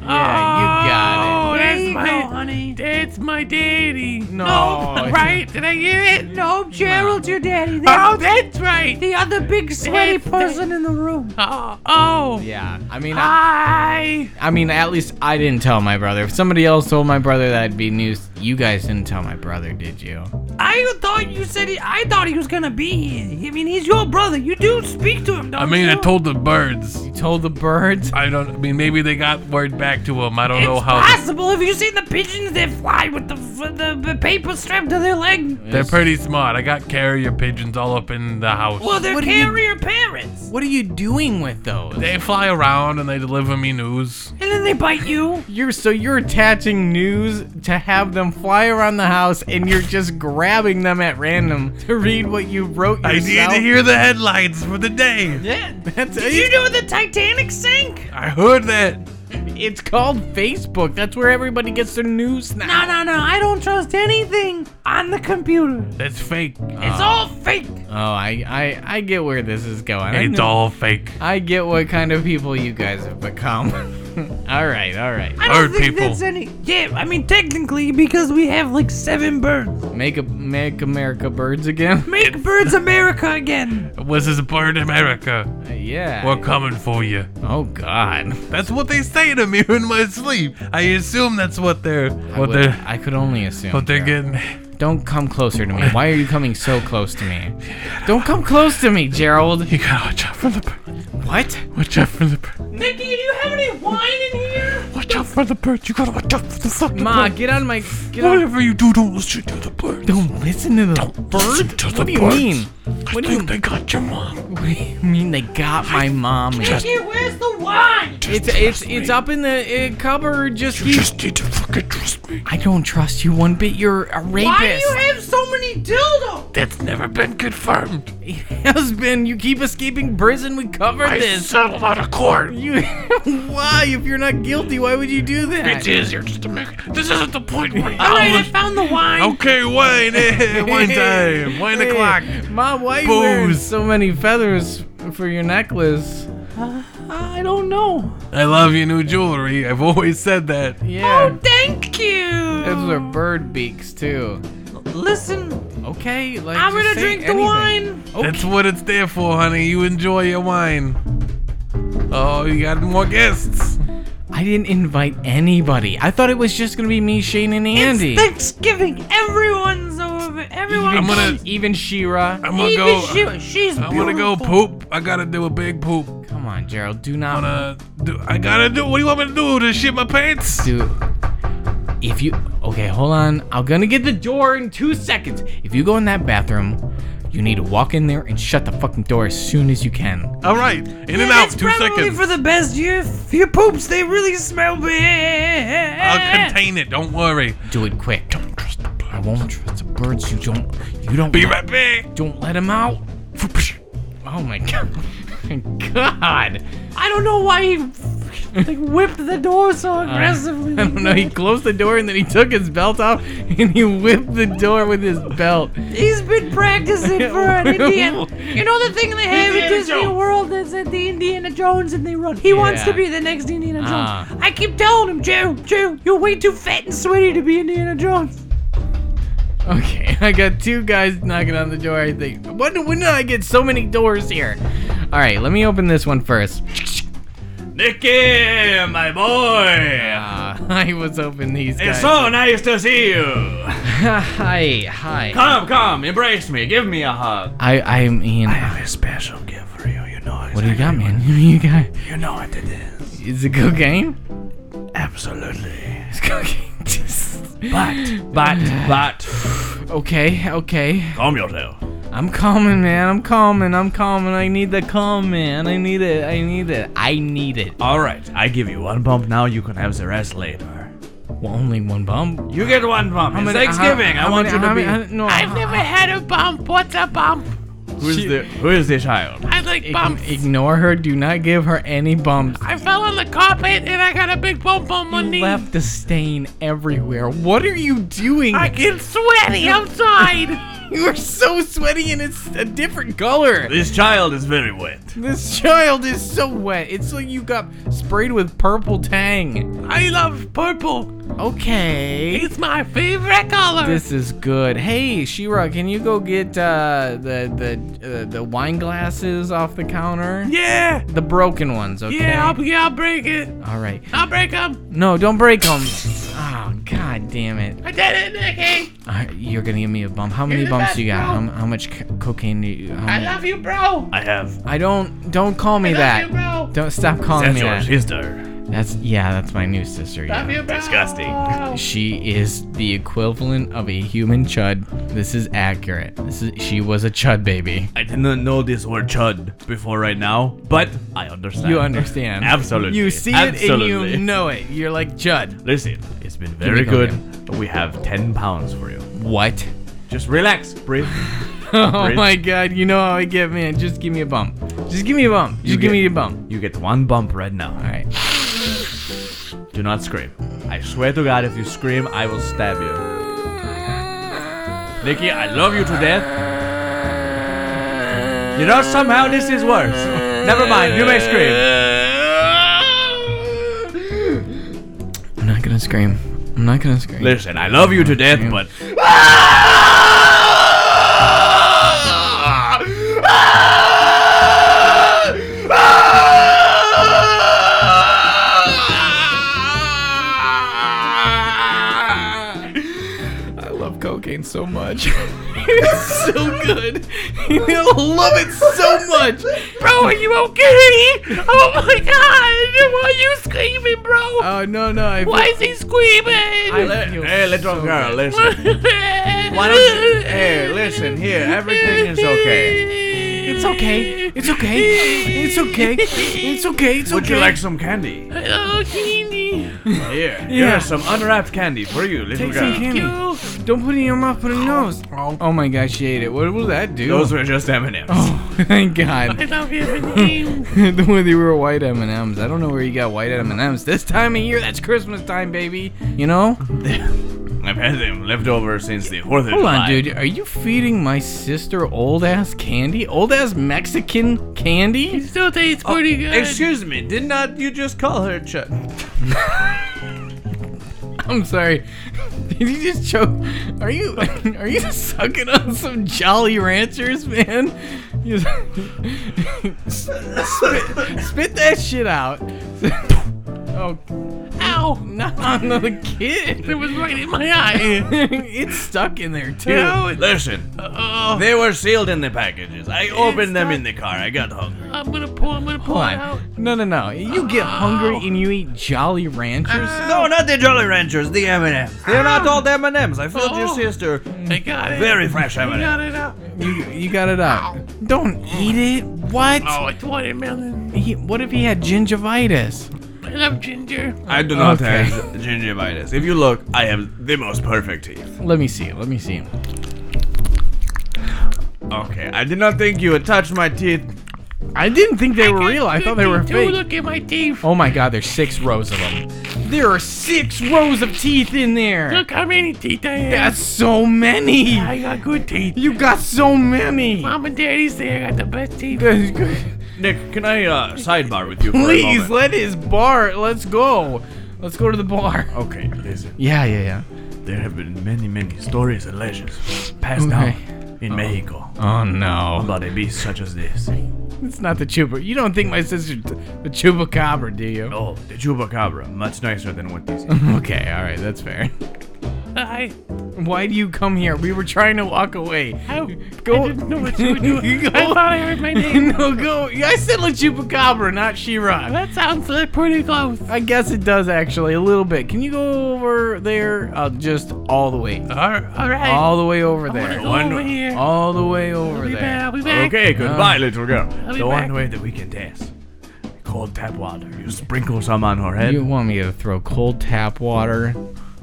Speaker 1: yeah, you got it.
Speaker 6: oh,
Speaker 5: There
Speaker 6: that's
Speaker 5: you
Speaker 6: my.
Speaker 5: go, honey.
Speaker 6: That's my daddy.
Speaker 1: No,
Speaker 6: right? Did I get it?
Speaker 5: No, Gerald's your daddy. That's
Speaker 6: Oh, that's right.
Speaker 5: the other big sweaty
Speaker 6: That's the-
Speaker 5: person in the room.
Speaker 6: Oh, oh.
Speaker 1: Yeah, I mean,
Speaker 5: Ah.
Speaker 1: I,
Speaker 6: Hi.
Speaker 1: I mean, at least I didn't tell my brother. If somebody else told my brother, that'd be news. You guys didn't tell my brother, did you?
Speaker 5: I thought you said he, I thought he was gonna be here. I mean, he's your brother. You do speak to him, don't
Speaker 3: I mean,
Speaker 5: you?
Speaker 3: I told the birds.
Speaker 1: You told the birds.
Speaker 3: I don't. I mean, maybe they got word back to them. I don't know
Speaker 5: It's
Speaker 3: how.
Speaker 5: possible. Have you seen the pigeons that fly with the with the, the paper strapped to their leg?
Speaker 3: they're pretty smart. I got carrier pigeons all up in the house.
Speaker 5: Well, they're
Speaker 1: What do you-
Speaker 5: carrier parents,
Speaker 1: What are you doing with those?
Speaker 3: they fly around and they deliver me news.
Speaker 5: and then they bite you.
Speaker 1: You're so you're attaching news to have them fly around the house, and you're just grabbing them at random to read what you wrote
Speaker 3: I
Speaker 1: yourself.
Speaker 3: need to hear the headlines for the day.
Speaker 5: Yeah.
Speaker 1: That's
Speaker 5: Did you know the Titanic sank?
Speaker 3: I heard that.
Speaker 1: It's called Facebook. That's where everybody gets their news
Speaker 5: No,
Speaker 1: now.
Speaker 5: no, no. I don't trust anything on the computer.
Speaker 3: That's fake.
Speaker 5: It's all fake.
Speaker 1: Oh, I, I, I get where this is going. I
Speaker 3: It's
Speaker 1: know-
Speaker 3: all fake.
Speaker 1: I get what kind of people you guys have become. all right, all right.
Speaker 5: I
Speaker 3: Bird
Speaker 5: don't think
Speaker 3: people.
Speaker 5: that's any. Yeah, I mean technically because we have like seven birds.
Speaker 1: Make a make America birds again.
Speaker 5: Make birds America again.
Speaker 3: Was this bird America?
Speaker 1: Uh, yeah.
Speaker 3: We're coming for you.
Speaker 1: oh God.
Speaker 3: That's what they say to me in my sleep. I assume that's what they're
Speaker 1: I
Speaker 3: what
Speaker 1: would-
Speaker 3: they're
Speaker 1: I could only assume.
Speaker 3: what they're
Speaker 1: Gerald.
Speaker 3: getting.
Speaker 1: Don't come closer to me. Why are you coming so close to me? Don't come close to me, Gerald.
Speaker 3: You gotta watch out for the bird.
Speaker 1: What?
Speaker 3: Watch out for the bird.
Speaker 5: Nikki, do you have any wine in here?
Speaker 3: Watch out for the bird. You gotta watch out for the fucking
Speaker 1: Ma,
Speaker 3: bird.
Speaker 1: get out of my. Get out.
Speaker 3: Whatever you do, don't listen to the bird.
Speaker 1: Don't listen to the
Speaker 3: listen
Speaker 1: bird.
Speaker 3: to the
Speaker 1: What do you
Speaker 3: birds.
Speaker 1: mean? What do you,
Speaker 3: think they got your mom.
Speaker 1: what do you mean? They got my mommy.
Speaker 5: Nikki, where's the wine?
Speaker 1: It's it's it's up in the uh, cupboard. Just
Speaker 3: You
Speaker 1: keep.
Speaker 3: just need to fucking trust me.
Speaker 1: I don't trust you one bit. You're a rapist.
Speaker 5: Why do you have so many dildos?
Speaker 3: That's never been confirmed.
Speaker 1: husband? You keep escaping prison. We covered
Speaker 3: I
Speaker 1: this.
Speaker 3: settled out of court.
Speaker 1: You. why? If you're not guilty, why would you do that?
Speaker 3: It's easier just to make. This isn't the point. Where
Speaker 5: All right, I found the wine.
Speaker 3: Okay, wine, eh, wine time, wine
Speaker 1: Hey,
Speaker 3: o'clock.
Speaker 1: Mom, why you wearing
Speaker 3: Booze.
Speaker 1: so many feathers for your necklace?
Speaker 5: I don't know.
Speaker 3: I love your new jewelry. I've always said that. Oh.
Speaker 1: Yeah.
Speaker 5: Oh, Thank you.
Speaker 1: Those are bird beaks too.
Speaker 5: Listen,
Speaker 1: Okay, like
Speaker 5: I'm
Speaker 1: just
Speaker 5: gonna
Speaker 1: say
Speaker 5: drink the
Speaker 1: anything.
Speaker 5: wine.
Speaker 3: That's what it's there for, honey. You enjoy your wine. Oh, you got more guests.
Speaker 1: I didn't invite anybody. I thought it was just gonna be me, Shane, and Andy.
Speaker 5: It's Thanksgiving. Everyone's over. Everyone.
Speaker 3: I'm gonna-
Speaker 1: even Shira.
Speaker 3: I'm gonna
Speaker 5: Even
Speaker 3: go.
Speaker 5: she, she's
Speaker 3: I wanna go poop. I gotta do a big poop.
Speaker 1: Come on, Gerald. Do not
Speaker 3: Wanna do? I gotta do. What do you want me to do? To shit my pants?
Speaker 1: do. If you okay, hold on. I'm gonna get the door in two seconds. If you go in that bathroom, you need to walk in there and shut the fucking door as soon as you can.
Speaker 3: All right, in
Speaker 5: Yeah,
Speaker 3: and out.
Speaker 5: that's
Speaker 3: Two
Speaker 5: probably
Speaker 3: seconds.
Speaker 5: for the best. Your your poops they really smell bad.
Speaker 3: I'll contain it. Don't worry.
Speaker 1: Do it quick. Don't trust the birds. I won't trust the birds. You don't. You don't.
Speaker 3: Be
Speaker 1: let-
Speaker 3: right back.
Speaker 1: Don't let them out. Oh my god. God.
Speaker 5: I don't know why he like whipped the door so aggressively.
Speaker 1: I don't know. He closed the door and then he took his belt off and he whipped the door with his belt.
Speaker 5: He's been practicing for an Indian. You know the thing they have at
Speaker 2: Indiana
Speaker 5: Disney
Speaker 2: Jones.
Speaker 5: World is that the Indiana Jones and they run. He wants
Speaker 1: Yeah.
Speaker 5: to be the next Indiana Jones.
Speaker 1: Ah.
Speaker 5: I keep telling him, Gerald, Gerald, you're way too fat and sweaty to be Indiana Jones.
Speaker 1: Okay, I got two guys knocking on the door. I think. When, when did I get so many doors here? All right, let me open this one first.
Speaker 2: Nicky, my boy.
Speaker 1: Uh, I was open these guys.
Speaker 2: It's so nice to see you.
Speaker 1: hi, hi.
Speaker 2: Come, come, embrace me. Give me a hug.
Speaker 1: I, I mean,
Speaker 2: have a special gift for you. You know.
Speaker 1: what do you got, man? you got?
Speaker 2: You know what it is.
Speaker 1: Is it cocaine?
Speaker 2: Absolutely.
Speaker 1: It's cocaine. Just-
Speaker 2: But, but, but.
Speaker 1: okay, okay.
Speaker 2: Calm yourself.
Speaker 1: I'm calming, man. I'm calming. I'm calming. I need the calm, man. I need it. I need it. I need it. Uh,
Speaker 2: All right, I give you one bump now. You can have the rest later.
Speaker 1: Well, only one bump.
Speaker 2: You get one bump. It's
Speaker 1: many-
Speaker 2: Thanksgiving.
Speaker 1: how-
Speaker 2: I
Speaker 1: how
Speaker 2: want
Speaker 1: many-
Speaker 2: you to
Speaker 1: how
Speaker 2: be.
Speaker 1: many- no,
Speaker 5: I've never had a bump. What's a bump?
Speaker 2: who is the Who is the child?
Speaker 5: I like
Speaker 1: Ign- Ignore her. Do not give her any bumps.
Speaker 5: I fell on the carpet and I got a big bump on my
Speaker 1: You left a stain everywhere. What are you doing?
Speaker 5: get sweaty outside.
Speaker 1: you are so sweaty and it's a different color.
Speaker 2: This child is very wet.
Speaker 1: This child is so wet. It's like you got sprayed with purple tang.
Speaker 5: I love purple.
Speaker 1: Okay.
Speaker 5: It's my favorite color.
Speaker 1: This is good. Hey, Shira, can you go get uh, the the uh, the wine glasses off the counter?
Speaker 5: yeah.
Speaker 1: The broken ones, okay?
Speaker 5: Yeah, I'll, yeah, I'll break it.
Speaker 1: All right.
Speaker 5: I'll break them.
Speaker 1: No, don't break them. Oh, god damn it.
Speaker 5: I did it, Nicky.
Speaker 1: Uh, you're gonna give me a bump. How many
Speaker 5: Give me
Speaker 1: bumps
Speaker 5: that
Speaker 1: you got? How,
Speaker 5: bump.
Speaker 1: how much c- cocaine do you? How
Speaker 5: I
Speaker 1: mu-
Speaker 5: love you, bro.
Speaker 2: I have.
Speaker 1: I don't. Don't call me
Speaker 5: I love
Speaker 1: that.
Speaker 5: you, bro.
Speaker 1: Don't stop calling
Speaker 2: That's
Speaker 1: me
Speaker 2: your
Speaker 1: that.
Speaker 2: sister.
Speaker 1: That's yeah. That's my new sister.
Speaker 5: Love
Speaker 1: Yeah.
Speaker 5: you, bro.
Speaker 2: Disgusting.
Speaker 1: She is the equivalent of a human chud. This is accurate. This is she was a chud baby.
Speaker 2: I did not know this word chud before right now, but I understand.
Speaker 1: You understand?
Speaker 2: Absolutely.
Speaker 1: You see it and
Speaker 2: Absolutely.
Speaker 1: you know it. You're like chud.
Speaker 2: Listen, it's been
Speaker 1: me
Speaker 2: very good.
Speaker 1: cocaine.
Speaker 2: We have ten pounds for you.
Speaker 1: What?
Speaker 2: Just relax, breathe.
Speaker 1: Oh
Speaker 2: Rich.
Speaker 1: my god! You know how I get, man. Just give me a bump. Just give me a bump. Just give
Speaker 2: get-
Speaker 1: me a bump.
Speaker 2: You get one bump right now.
Speaker 1: All right.
Speaker 2: Do not scream. I swear to God, if you scream, I will stab you. Nikki, I love you to death. You know, somehow this is worse. Never mind, you may scream.
Speaker 1: I'm not gonna scream. I'm not gonna scream.
Speaker 2: Listen, I love you to death, but.
Speaker 1: I love cocaine so much. it's so good. You'll love it so much.
Speaker 5: Bro, are you okay? Oh my god. Why are you screaming, bro?
Speaker 1: Oh no no! I
Speaker 5: Why is he screaming?
Speaker 1: I feel
Speaker 2: Hey, little
Speaker 1: so
Speaker 2: girl,
Speaker 1: good.
Speaker 2: listen. Why don't you, hey, listen here. Everything is okay.
Speaker 1: It's okay. It's okay. It's okay. It's okay. It's okay.
Speaker 2: Would you like some candy?
Speaker 5: Oh, Keeney.
Speaker 2: Here,
Speaker 1: Yeah.
Speaker 2: here's some unwrapped candy for you, little
Speaker 1: Take some
Speaker 2: girl.
Speaker 1: candy. Don't put it in your mouth. Put it in your nose. Oh my gosh, she ate it. What will that do?
Speaker 2: Those were just M&Ms.
Speaker 1: Oh, thank God.
Speaker 5: I love you, Nicky.
Speaker 1: the one they were white M and M's. I don't know where you got white M and M's this time of year. That's Christmas time, baby. You know.
Speaker 2: I've had them left over since the Fourth of
Speaker 1: Hold
Speaker 2: July.
Speaker 1: on, dude. Are you feeding my sister old ass candy? Old ass Mexican candy? Oh,
Speaker 5: Still tastes pretty good.
Speaker 2: Excuse me, did not you just call her Chud?
Speaker 1: I'm sorry. Did you just choke? Are you are you sucking on some Jolly Ranchers, man? You- spit, spit that shit out. oh, ow! Not on the
Speaker 5: It
Speaker 1: kid.
Speaker 5: was right in my eye.
Speaker 1: it's stuck in there too.
Speaker 5: No, it-
Speaker 2: Listen,
Speaker 5: Oh,
Speaker 2: they were sealed in the packages. I opened them in the car. I got hungry.
Speaker 5: I'm gonna pull. I'm gonna pull
Speaker 1: Hold
Speaker 5: it out.
Speaker 1: on. No, no, no. You get hungry and you eat Jolly Ranchers.
Speaker 5: Uh,
Speaker 2: No, not the Jolly Ranchers, the M&Ms. They're not all the M&Ms. I filled your
Speaker 5: Oh.
Speaker 2: sister.
Speaker 5: I got it.
Speaker 2: Very fresh
Speaker 5: I got
Speaker 2: M&Ms.
Speaker 5: it out.
Speaker 1: You, you got it out. Don't eat it. What?
Speaker 5: Oh, it's watermelon.
Speaker 1: He, what if he had gingivitis?
Speaker 5: I love ginger.
Speaker 2: I do not
Speaker 1: Okay.
Speaker 2: have gingivitis. If you look, I have the most perfect teeth.
Speaker 1: Let me see. Let me see.
Speaker 2: Okay, I did not think you would touch my teeth.
Speaker 1: I didn't think they were real. I thought they were
Speaker 5: Dude,
Speaker 1: fake.
Speaker 5: look at my teeth.
Speaker 1: Oh my god, there's six rows of them. There are six rows of teeth in there.
Speaker 5: Look how many teeth I have.
Speaker 1: That's so many.
Speaker 5: I got good teeth.
Speaker 1: You got so many.
Speaker 5: Mom and Daddy say I got the best teeth.
Speaker 1: That's good.
Speaker 2: Nick, can I uh, sidebar with you for a
Speaker 1: Please,
Speaker 2: moment?
Speaker 1: let his bar. Let's go. Let's go to the bar.
Speaker 2: Okay, listen.
Speaker 1: Yeah, yeah,
Speaker 2: There have been many, many stories and legends passed
Speaker 1: Okay.
Speaker 2: down in Mexico
Speaker 1: yeah. Oh no.
Speaker 2: about a beast such as this.
Speaker 1: It's not the chupa. You don't think my sister the chupacabra, do you?
Speaker 2: Oh, the chupacabra, much nicer than what this is.
Speaker 1: Okay, all right, that's fair.
Speaker 5: I,
Speaker 1: Why do you come here? We were trying to walk away.
Speaker 5: I,
Speaker 1: Go.
Speaker 5: I didn't know what you were doing.
Speaker 1: Go.
Speaker 5: I thought I heard my name.
Speaker 1: no, go. I said La Chupacabra, not She-Ra.
Speaker 5: That sounds like pretty close.
Speaker 1: I guess it does actually a little bit. Can you go over there? Uh, just all the way,
Speaker 5: All right.
Speaker 1: all the way over
Speaker 2: Oh
Speaker 5: I wanna
Speaker 1: there,
Speaker 5: go over here.
Speaker 1: all the way
Speaker 5: I'll
Speaker 1: over
Speaker 5: be back.
Speaker 1: Oh, there.
Speaker 5: I'll be back.
Speaker 2: Okay, goodbye, little girl.
Speaker 5: be
Speaker 2: The one
Speaker 5: back.
Speaker 2: way that we can dance. Cold tap water. You sprinkle some on her head.
Speaker 1: You want me to throw cold tap water?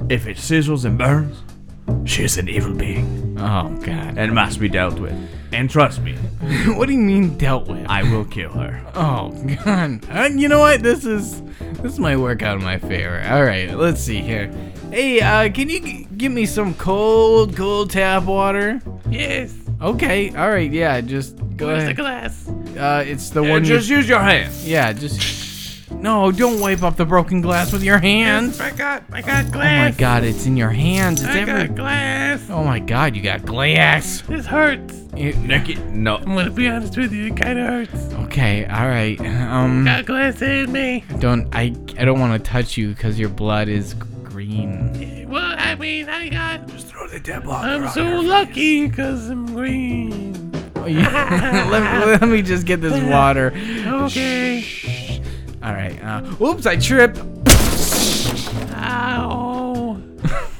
Speaker 2: If it sizzles and burns, she's an evil being
Speaker 1: Oh God!
Speaker 2: and must be dealt with. And trust me,
Speaker 1: what do you mean dealt with?
Speaker 2: I will kill her.
Speaker 1: Oh God! Uh, you know what? This is this might work out in my favor. All right, let's see here. Hey, uh, can you g- give me some cold, cold tap water?
Speaker 5: Yes.
Speaker 1: Okay. All right. Yeah. Just go
Speaker 5: Where's the
Speaker 1: ahead.
Speaker 5: glass?
Speaker 1: Uh, it's the one. you-
Speaker 2: Just use your hands.
Speaker 1: yeah. Just. No, don't wipe up the broken glass with your hands.
Speaker 5: I got, I
Speaker 1: Oh
Speaker 5: got
Speaker 1: my
Speaker 5: glass.
Speaker 1: God! It's in your hands. It's
Speaker 5: I
Speaker 1: every.
Speaker 5: got glass.
Speaker 1: Oh my God! You got glass.
Speaker 5: This hurts.
Speaker 1: You-
Speaker 2: Nicky, no.
Speaker 5: I'm gonna be honest with you, it kinda hurts.
Speaker 1: okay. All right. Um.
Speaker 5: Got glass in me.
Speaker 1: Don't. I. I don't want to touch you because your blood is green.
Speaker 5: Well, I mean, I got.
Speaker 2: Just throw the tap water.
Speaker 5: I'm
Speaker 2: on
Speaker 5: so
Speaker 2: her.
Speaker 5: lucky because I'm green.
Speaker 1: Oh, yeah. let, let me just get this water.
Speaker 5: Okay.
Speaker 1: All right. Uh, oops! I tripped.
Speaker 5: Ow.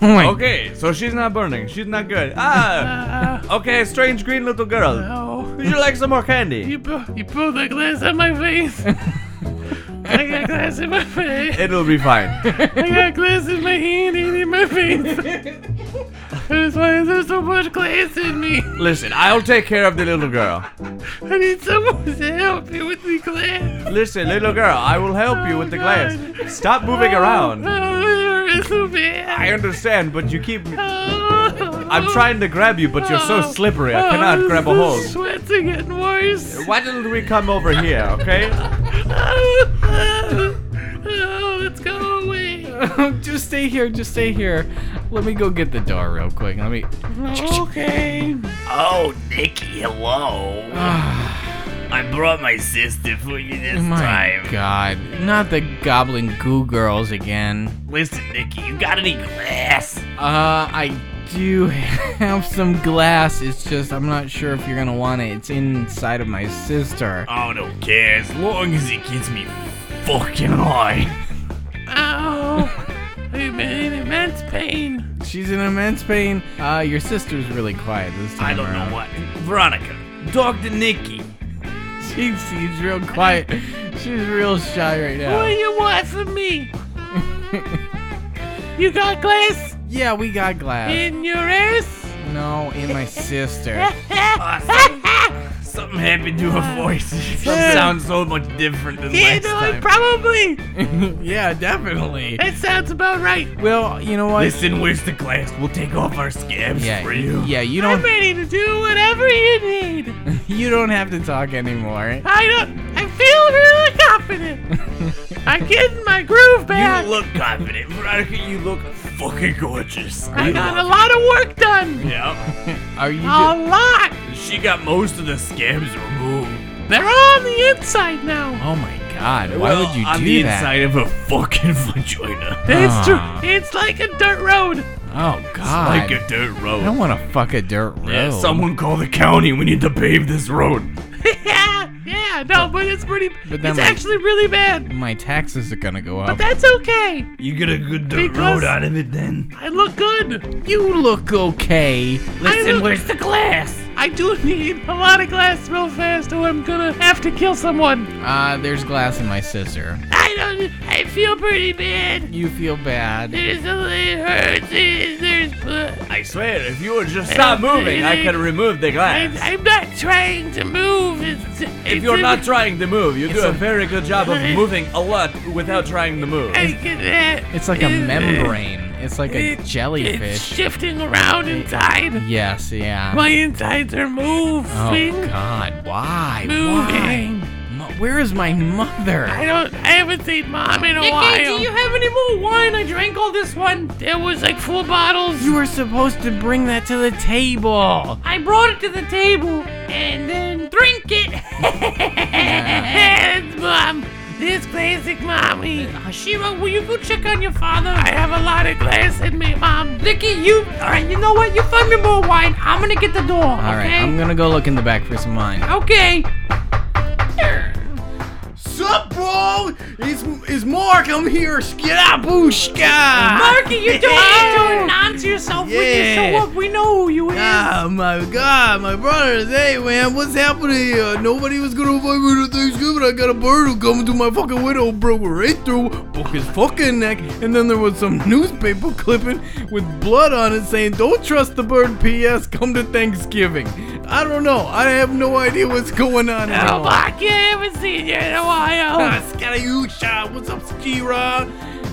Speaker 1: Oh my
Speaker 2: Okay, so she's not burning. She's not good. Ah.
Speaker 5: Uh,
Speaker 2: Okay, strange green little girl.
Speaker 5: ow.
Speaker 2: Would you like some more candy?
Speaker 5: Uh-huh. You, pu- you pulled the glass on my face. I got glass in my face.
Speaker 2: It'll be fine.
Speaker 5: I got glass in my hand and in my face. That's why there's so much glass in me.
Speaker 2: Listen, I'll take care of the little girl.
Speaker 5: I need someone to help me with the glass.
Speaker 2: Listen, little girl, I will help you with the glass. Stop moving around.
Speaker 5: Oh, it's so
Speaker 2: I
Speaker 5: bad.
Speaker 2: understand, but you keep. I'm
Speaker 5: I'm
Speaker 2: trying to grab you, but you're so slippery. I
Speaker 3: Oh,
Speaker 2: cannot grab a
Speaker 5: hole.
Speaker 2: hold.
Speaker 5: Sweat's getting worse.
Speaker 2: Why don't we come over here, okay?
Speaker 5: Oh, let's go away.
Speaker 1: just stay here. Just stay here. Let me go get the door real quick. Let me.
Speaker 5: Okay.
Speaker 3: Oh, Nicky, hello. I brought my sister for you this
Speaker 1: Oh my
Speaker 3: time.
Speaker 1: God! Not the goblin goo girls again.
Speaker 3: Listen, Nicky, you got any glass?
Speaker 1: Uh, I do have some glass. It's just I'm not sure if you're gonna want it. It's inside of my sister.
Speaker 3: Oh, no care. As long as it gets me fucking high.
Speaker 5: Ow. I'm in immense pain.
Speaker 1: She's in immense pain. Uh, your sister's really quiet this time.
Speaker 3: I don't
Speaker 1: around.
Speaker 3: know what. Veronica, talk to Nicky.
Speaker 1: She seems real quiet. She's real shy right now.
Speaker 5: What do you want from me? you got glass
Speaker 1: Yeah, we got glass.
Speaker 5: in your ass?
Speaker 1: No, in my sister.
Speaker 3: Ah, some- something happened to her voice. She sounds so much different than
Speaker 5: Yeah,
Speaker 3: last
Speaker 5: no, I
Speaker 3: time.
Speaker 5: probably.
Speaker 1: yeah, definitely.
Speaker 5: That sounds about right.
Speaker 1: Well, you know what?
Speaker 3: Listen, where's the glass? We'll take off our scabs
Speaker 1: yeah,
Speaker 3: for you.
Speaker 1: yeah, you
Speaker 5: I'm
Speaker 1: don't
Speaker 5: ready to do whatever you need.
Speaker 1: you don't have to talk anymore.
Speaker 5: I don't. I feel really confident. I'm getting my groove back.
Speaker 3: You look confident. Veronica, you look fucking gorgeous.
Speaker 5: I got a lot of work done.
Speaker 3: Yeah.
Speaker 1: Are you?
Speaker 5: A lot.
Speaker 3: She got most of the scabs removed.
Speaker 5: They're all on the inside now.
Speaker 1: oh my God! Why
Speaker 3: Well,
Speaker 1: would you do
Speaker 3: on the
Speaker 1: that?
Speaker 3: inside of a fucking vagina.
Speaker 5: It's true.
Speaker 1: Ah.
Speaker 5: It's like a dirt road.
Speaker 1: Oh God!
Speaker 3: Like a dirt road.
Speaker 1: I don't want to fuck a dirt road.
Speaker 3: Yeah, someone call the county. We need to pave this road.
Speaker 5: yeah, yeah. No, but it's pretty.
Speaker 1: But then
Speaker 5: it's
Speaker 1: my-
Speaker 5: actually really bad.
Speaker 1: My taxes are gonna go up.
Speaker 5: But that's okay.
Speaker 3: You get a good dirt
Speaker 5: Because-
Speaker 3: road out of it then.
Speaker 5: I look good.
Speaker 1: you look okay.
Speaker 5: I look,
Speaker 3: the glass?
Speaker 5: I do need a lot of glass real fast, or I'm gonna have to kill someone.
Speaker 1: Ah, Uh, there's glass in my sister.
Speaker 5: I don't. I
Speaker 6: feel pretty bad.
Speaker 1: You feel bad.
Speaker 6: There's something hurts. There's, there's blood.
Speaker 7: I swear, if you would just stop moving, I can remove the
Speaker 6: I'm,
Speaker 7: glass.
Speaker 6: I'm not trying to move. It's,
Speaker 7: If you're not trying to move, you do a very good job of moving a lot without trying to move.
Speaker 6: I get that.
Speaker 1: It's like a
Speaker 6: It-
Speaker 1: membrane. It's like a
Speaker 6: it- It's
Speaker 1: jellyfish.
Speaker 6: shifting around inside.
Speaker 1: Yes, yeah.
Speaker 6: My insides are
Speaker 1: Oh
Speaker 6: moving.
Speaker 1: God, why?
Speaker 6: moving.
Speaker 1: Why? Mo- Where is my
Speaker 6: I
Speaker 1: mother?
Speaker 6: don't. I haven't seen mom in a while.
Speaker 5: do you have any more wine? I drank all this one.
Speaker 6: there was like four bottles.
Speaker 1: You were supposed to bring that to the table.
Speaker 5: I brought it to the table and then drink it.
Speaker 6: and mom, this classic mommy.
Speaker 5: Shira, Uh, will you go check on your father?
Speaker 6: I have a lot of glass in me, mom.
Speaker 5: Vicky, you. Alright, you know what? You find me more wine. I'm gonna get the door.
Speaker 1: All right,
Speaker 5: okay?
Speaker 1: I'm gonna go look in the back for some wine.
Speaker 5: Okay.
Speaker 3: Sup, bro? It's, it's Mark. I'm here. Skidabushka.
Speaker 5: Marky, you don't need to announce yourself when you
Speaker 3: Yeah.
Speaker 5: show up. We know who you is.
Speaker 3: Ah, my God, my brothers. Hey, man, what's happening here? Nobody was gonna invite me to Thanksgiving. I got a bird who come to my fucking window, broke right through, broke his fucking neck, and then there was some newspaper clipping with blood on it saying, "Don't trust the bird." P.S. Come to Thanksgiving. I don't know. I have no idea what's going on. Ah,
Speaker 6: Oh,
Speaker 3: anymore.
Speaker 6: Mark, I haven't seen you in a while.
Speaker 3: Skadayusha, what's up, Skira?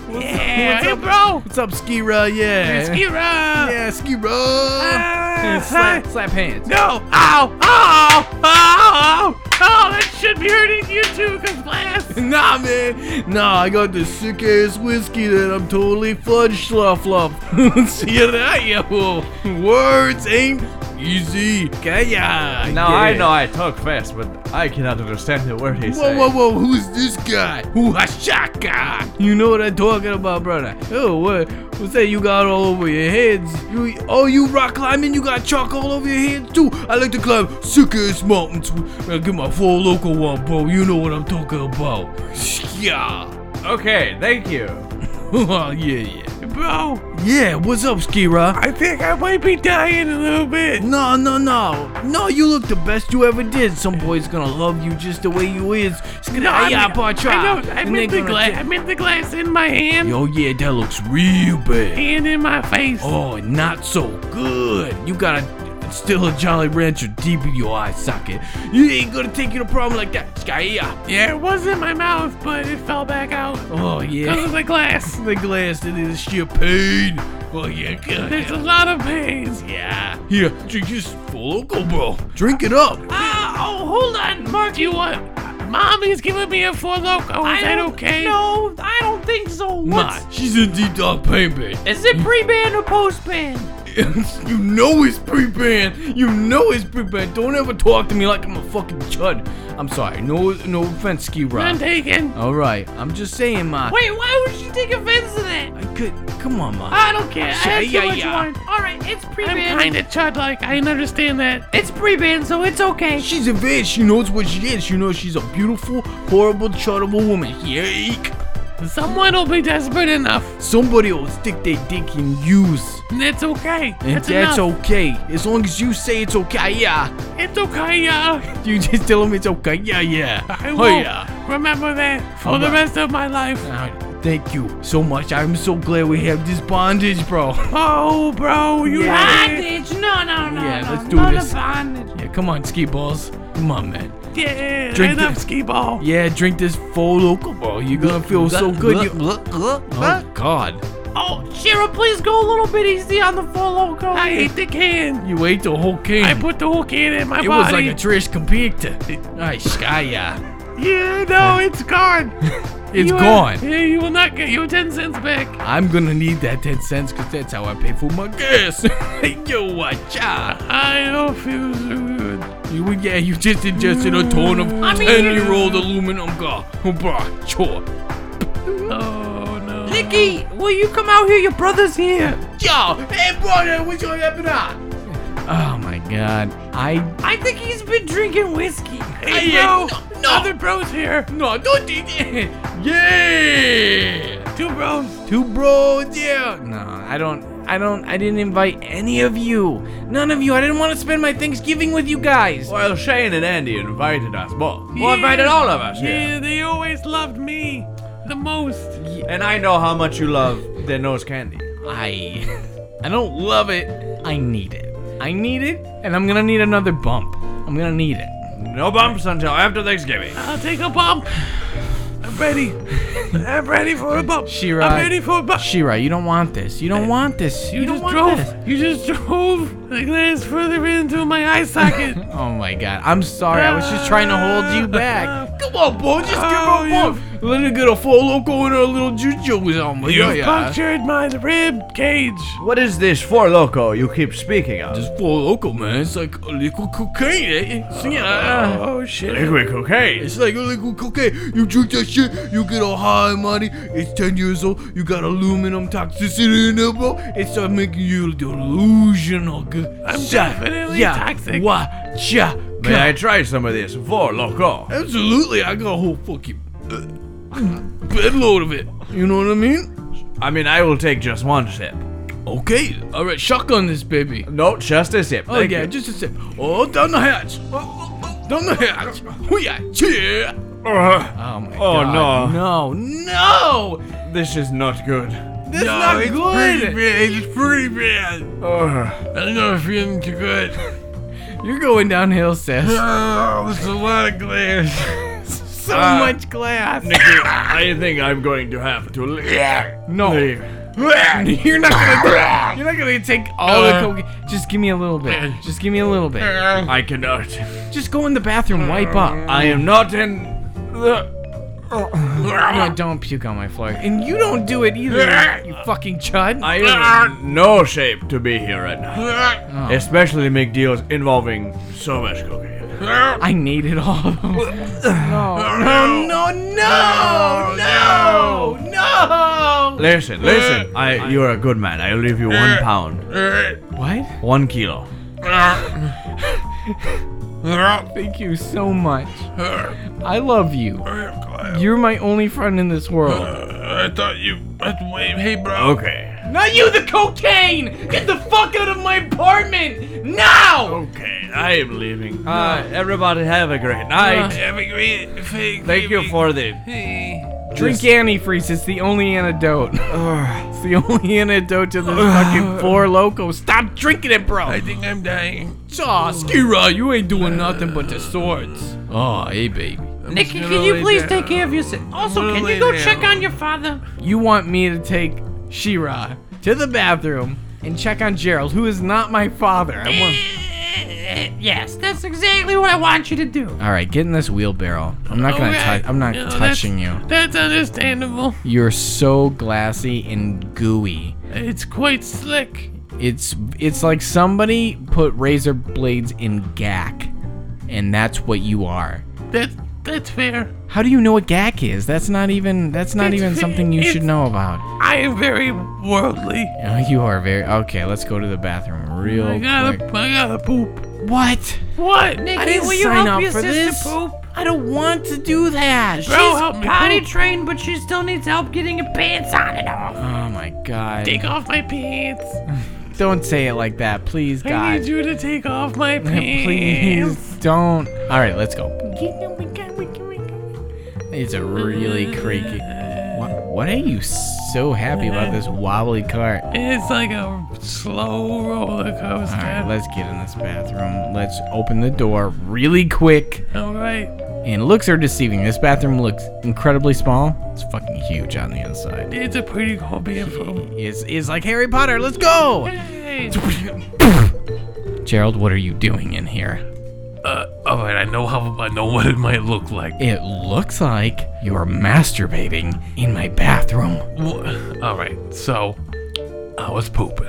Speaker 3: What's
Speaker 6: Yeah,
Speaker 3: up, what's
Speaker 6: hey,
Speaker 3: up,
Speaker 6: bro.
Speaker 3: What's up, Skira? Yeah.
Speaker 6: Skira.
Speaker 3: Yeah, Skira.
Speaker 6: Ah,
Speaker 3: Yeah, slap, slap hands.
Speaker 6: No! Ow! Ow! Ow! Ow! Oh, that should be hurting you too, because glass.
Speaker 3: Nah, man. Nah, I got this sick ass whiskey that I'm totally fudge sluff luff. See you there, you fool. Words ain't easy. Kaya.
Speaker 2: Now I know I talk fast, but I cannot understand the word he's
Speaker 3: Whoa,
Speaker 2: saying.
Speaker 3: whoa, whoa, who's this guy? Who shaka? You know what I'm talking about, brother. Oh, what? What's that you got all over your heads? You, oh, you rock climbing? You got chalk all over your heads, too? I like to climb sick ass mountains. I get my four local one, bro. You know what I'm talking about. Yeah.
Speaker 2: Okay, thank you.
Speaker 3: Oh, yeah, yeah.
Speaker 6: Bro,
Speaker 3: Yeah, what's up, Skira?
Speaker 6: I think I might be dying a little bit.
Speaker 3: No, no, no. No, you look the best you ever did. Some boy's gonna love you just the way you is. Skira,
Speaker 6: I
Speaker 3: yeah,
Speaker 6: mean-
Speaker 3: Patra.
Speaker 6: I know. I
Speaker 3: And
Speaker 6: meant
Speaker 3: they
Speaker 6: the
Speaker 3: gonna
Speaker 6: glass.
Speaker 3: take-
Speaker 6: I meant the glass in my hand
Speaker 3: Yo, yeah, that looks real bad.
Speaker 6: and in my face.
Speaker 3: Oh, not so good. You gotta still a Jolly Rancher deep in your eye socket. You ain't gonna take you to problem like that. Skaya.
Speaker 6: Yeah, it was in my mouth, but it fell back out
Speaker 3: Oh,
Speaker 6: because
Speaker 3: yeah.
Speaker 6: of the glass.
Speaker 3: the glass that is sheer pain. Oh, yeah, good.
Speaker 6: There's a lot of pains.
Speaker 3: Yeah. Here, drink this full local, bro. Drink it up.
Speaker 6: Oh, hold on, Mark. You want? Mommy's giving me a four loco. Is that okay?
Speaker 5: No, I don't think so.
Speaker 3: Ma,
Speaker 5: What's,
Speaker 3: she's in deep dog pain, babe.
Speaker 5: is it pre-band or post-band?
Speaker 3: you know it's pre-banned. You know it's pre-banned. Don't ever talk to me like I'm a fucking chud. I'm sorry. No, no offense, Ski
Speaker 6: None
Speaker 3: Rock.
Speaker 6: taken.
Speaker 3: All right. I'm just saying, Ma.
Speaker 5: Wait, why would she take offense to that?
Speaker 3: I could. Come on, Ma.
Speaker 6: I don't care. I had
Speaker 3: Yeah,
Speaker 6: too much
Speaker 3: yeah.
Speaker 6: wine.
Speaker 5: All right, it's
Speaker 6: I'm
Speaker 5: pre-band.
Speaker 6: kind of chud like. I understand that.
Speaker 5: It's pre-band, so it's okay.
Speaker 3: She's a bitch. She knows what she is. She knows she's a beautiful, horrible, chuddable woman. Yike.
Speaker 6: Someone will be desperate enough.
Speaker 3: Somebody will stick their dick in use.
Speaker 6: And that's okay.
Speaker 3: And
Speaker 6: that's
Speaker 3: that's
Speaker 6: enough.
Speaker 3: okay. As long as you say it's okay, yeah.
Speaker 6: it's okay, yeah.
Speaker 3: You just tell them it's okay, yeah, yeah.
Speaker 6: I
Speaker 3: Oh,
Speaker 6: will
Speaker 3: yeah.
Speaker 6: remember that for the
Speaker 3: Alright.
Speaker 6: rest of my life.
Speaker 3: Uh, Thank you so much. I'm so glad we have this bondage, bro.
Speaker 6: Oh, bro, you had it.
Speaker 5: Bondage? No, no, no,
Speaker 3: Yeah,
Speaker 5: no.
Speaker 3: let's do
Speaker 5: not
Speaker 3: this.
Speaker 5: a bondage.
Speaker 3: Yeah, come on, ski balls. Come on, man.
Speaker 6: Yeah,
Speaker 3: Drink
Speaker 6: I love
Speaker 3: this.
Speaker 6: skee ball.
Speaker 3: Yeah, drink this full local, bro. You're gonna feel so good. You- oh God,
Speaker 5: Oh, Shira, please go a little bit easy on the full loco.
Speaker 6: I ate the can.
Speaker 3: you ate the whole can.
Speaker 6: I put the whole can in my
Speaker 3: it was
Speaker 6: body.
Speaker 3: like a trash compactor. Ay, Skaya.
Speaker 6: yeah, no, it's gone.
Speaker 3: It's
Speaker 6: You will-
Speaker 3: gone.
Speaker 6: yeah, you will not get your ten cents back.
Speaker 3: I'm gonna need that 10 cents because that's how I pay for my gas. Yo, watch out.
Speaker 6: I don't feel so good.
Speaker 3: You, yeah, you just ingested a ton of
Speaker 5: I mean,
Speaker 3: 10 year old aluminum car. Bruh, sure.
Speaker 6: Oh no.
Speaker 5: Nikki, will you come out here? Your brother's here.
Speaker 3: Yo, hey, brother, what's your happening? Oh my god. I
Speaker 5: I think he's been drinking whiskey.
Speaker 6: Hey, bro, other bros here.
Speaker 3: No, don't do that. Yeah.
Speaker 6: Two bros.
Speaker 3: Two bros, yeah. No, I don't. I don't. I didn't invite any of you. None of you. I didn't want to spend my Thanksgiving with you guys.
Speaker 2: Well, Shane and Andy invited us both.
Speaker 6: Yeah.
Speaker 2: Well, invited all of us.
Speaker 6: Yeah, they always loved me. the most.
Speaker 2: And I know how much you love the nose candy.
Speaker 1: I I don't love it. I need it. I need it, and I'm gonna need another bump. I'm gonna need it.
Speaker 2: No bumps until after Thanksgiving.
Speaker 6: I'll take a bump. I'm ready. I'm ready for a bump.
Speaker 1: Shira.
Speaker 6: I'm ready for a bump. Uh,
Speaker 1: Shira, you don't want this. You don't want this. You,
Speaker 6: You
Speaker 1: don't
Speaker 6: just
Speaker 1: want
Speaker 6: drove.
Speaker 1: this.
Speaker 6: You just drove the glass further into my eye socket.
Speaker 1: Oh my god. I'm sorry. I was just trying to hold you back.
Speaker 8: Come on, boy, just
Speaker 6: Oh,
Speaker 8: give her a
Speaker 6: you-
Speaker 8: bump. Let her get a full loco and a little juju on me. Yeah,
Speaker 6: you
Speaker 8: yeah.
Speaker 6: punctured my rib cage.
Speaker 2: What is this for loco you keep speaking of?
Speaker 8: It's full loco, man. It's like a liquid cocaine. eh? It's,
Speaker 3: uh,
Speaker 8: yeah.
Speaker 6: Oh shit.
Speaker 2: liquid cocaine.
Speaker 8: It's like a liquid cocaine. You drink that shit, you get all high and mighty. It's 10 years old. You got aluminum toxicity in there, bro. It starts making you delusional.
Speaker 6: I'm definitely toxic.
Speaker 8: Why? Yeah.
Speaker 2: May I try some of this for loco?
Speaker 8: Absolutely. I got a whole fucking uh, bedload of it. You know what I mean?
Speaker 2: I mean, I will take just one sip.
Speaker 8: Okay. All right. Shotgun this baby.
Speaker 2: No, just a sip.
Speaker 8: Oh,
Speaker 2: Thank
Speaker 8: yeah.
Speaker 2: you.
Speaker 8: Just a sip. Oh, down the hatch. Oh, oh, oh, down the hatch. Hoo-yah. Cheer.
Speaker 1: Oh my
Speaker 2: Oh,
Speaker 1: god.
Speaker 2: no.
Speaker 1: No, no.
Speaker 2: no. This is not good.
Speaker 1: That's not good.
Speaker 8: It's pretty bad.
Speaker 2: Ugh.
Speaker 8: I'm not feeling too good.
Speaker 1: You're going downhill, sis.
Speaker 8: Oh, there's a lot of glass.
Speaker 1: so much glass.
Speaker 2: I think I'm going to have to leave.
Speaker 1: No. you're not gonna. You're not gonna take all
Speaker 6: Uh,
Speaker 1: the cocaine. Just give me a little bit. Just give me a little bit.
Speaker 2: I cannot.
Speaker 1: Just go in the bathroom, wipe up.
Speaker 2: I am not in the.
Speaker 1: No, don't puke on my floor. And you don't do it either. You fucking chud.
Speaker 2: I am in no shape to be here right now. Especially make deals involving so much cocaine.
Speaker 1: I needed all of them. No.
Speaker 8: No, no, no, no, no.
Speaker 2: Listen, listen. I, you're a good man. I'll leave you one pound,
Speaker 1: What?
Speaker 2: one kilo.
Speaker 1: Thank you so much. I love you. You're my only friend in this world.
Speaker 3: I thought you. Wait, hey, bro.
Speaker 2: Okay.
Speaker 1: Not you, the cocaine! Get the fuck out of my apartment! Now!
Speaker 2: Okay, I am leaving. Uh, everybody have a great night.
Speaker 3: Have a great fake.
Speaker 2: Thank you for the.
Speaker 1: Drink antifreeze. It's the only antidote. it's the only antidote to this fucking four loco. Stop drinking it, bro.
Speaker 3: I think I'm dying.
Speaker 1: Aw, Skira, you ain't doing nothing but the swords.
Speaker 8: Oh, hey, baby.
Speaker 5: Nikki, can you please take care of yourself? Also, can you go
Speaker 3: down.
Speaker 5: check on your father?
Speaker 1: You want me to take Shira to the bathroom and check on Gerald, who is not my father. I want.
Speaker 5: Yes, that's exactly what I want you to do.
Speaker 1: All right, get in this wheelbarrow. I'm not gonna
Speaker 6: Okay.
Speaker 1: touch. I'm not
Speaker 6: No, that's-
Speaker 1: touching you.
Speaker 6: That's understandable.
Speaker 1: You're so glassy and gooey.
Speaker 6: It's quite slick.
Speaker 1: It's it's like somebody put razor blades in gack, and that's what you are.
Speaker 6: That that's fair.
Speaker 1: How do you know what gack is? That's not even that's not
Speaker 6: It's-
Speaker 1: even something you should
Speaker 6: it's-
Speaker 1: know about.
Speaker 6: I am very worldly.
Speaker 1: Oh, You are very okay. Let's go to the bathroom real
Speaker 6: I gotta
Speaker 1: quick.
Speaker 6: I gotta poop.
Speaker 1: Oh What?
Speaker 6: What?
Speaker 1: I
Speaker 5: Nikki,
Speaker 1: didn't
Speaker 5: will you
Speaker 1: sign up
Speaker 5: help your
Speaker 1: for
Speaker 5: sister
Speaker 1: this.
Speaker 5: poop?
Speaker 1: I don't want to do that.
Speaker 6: Bro, help me
Speaker 5: She's potty
Speaker 6: poop.
Speaker 5: trained, but she still needs help getting her pants on and off.
Speaker 1: Oh my god.
Speaker 6: Take off my pants.
Speaker 1: Don't say it like that, please,
Speaker 6: I
Speaker 1: God.
Speaker 6: need you to take off my pants.
Speaker 1: please don't. All right, let's go. It's a really creaky. What, what are you so happy about this wobbly cart?
Speaker 6: It's like a slow roller coaster.
Speaker 1: All right, let's get in this bathroom. Let's open the door really quick.
Speaker 6: All right.
Speaker 1: And looks are deceiving. This bathroom looks incredibly small. It's fucking huge on the inside.
Speaker 6: It's a pretty cool bathroom.
Speaker 1: It's, it's like Harry Potter. Let's go.
Speaker 6: Hey.
Speaker 1: Gerald, what are you doing in here?
Speaker 3: Uh, all right, I know how. I know what it might look like.
Speaker 1: It looks like you're masturbating in my bathroom.
Speaker 3: Wh- All right, so I was pooping.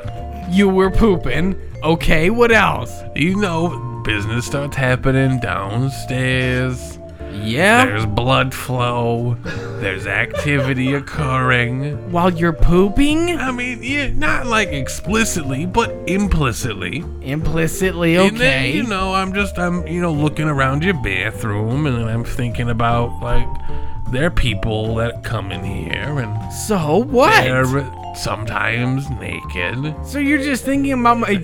Speaker 1: You were pooping. Okay, what else?
Speaker 3: You know, business starts happening downstairs.
Speaker 1: Yeah,
Speaker 3: There's blood flow. There's activity occurring.
Speaker 1: while you're pooping?
Speaker 3: I mean, yeah, not like explicitly, but implicitly.
Speaker 1: Implicitly,
Speaker 3: And then,
Speaker 1: okay.
Speaker 3: you know, I'm just, I'm, you know, looking around your bathroom and then I'm thinking about, like, there are people that come in here and
Speaker 1: so what?
Speaker 3: they're, sometimes naked.
Speaker 1: So you're just thinking about my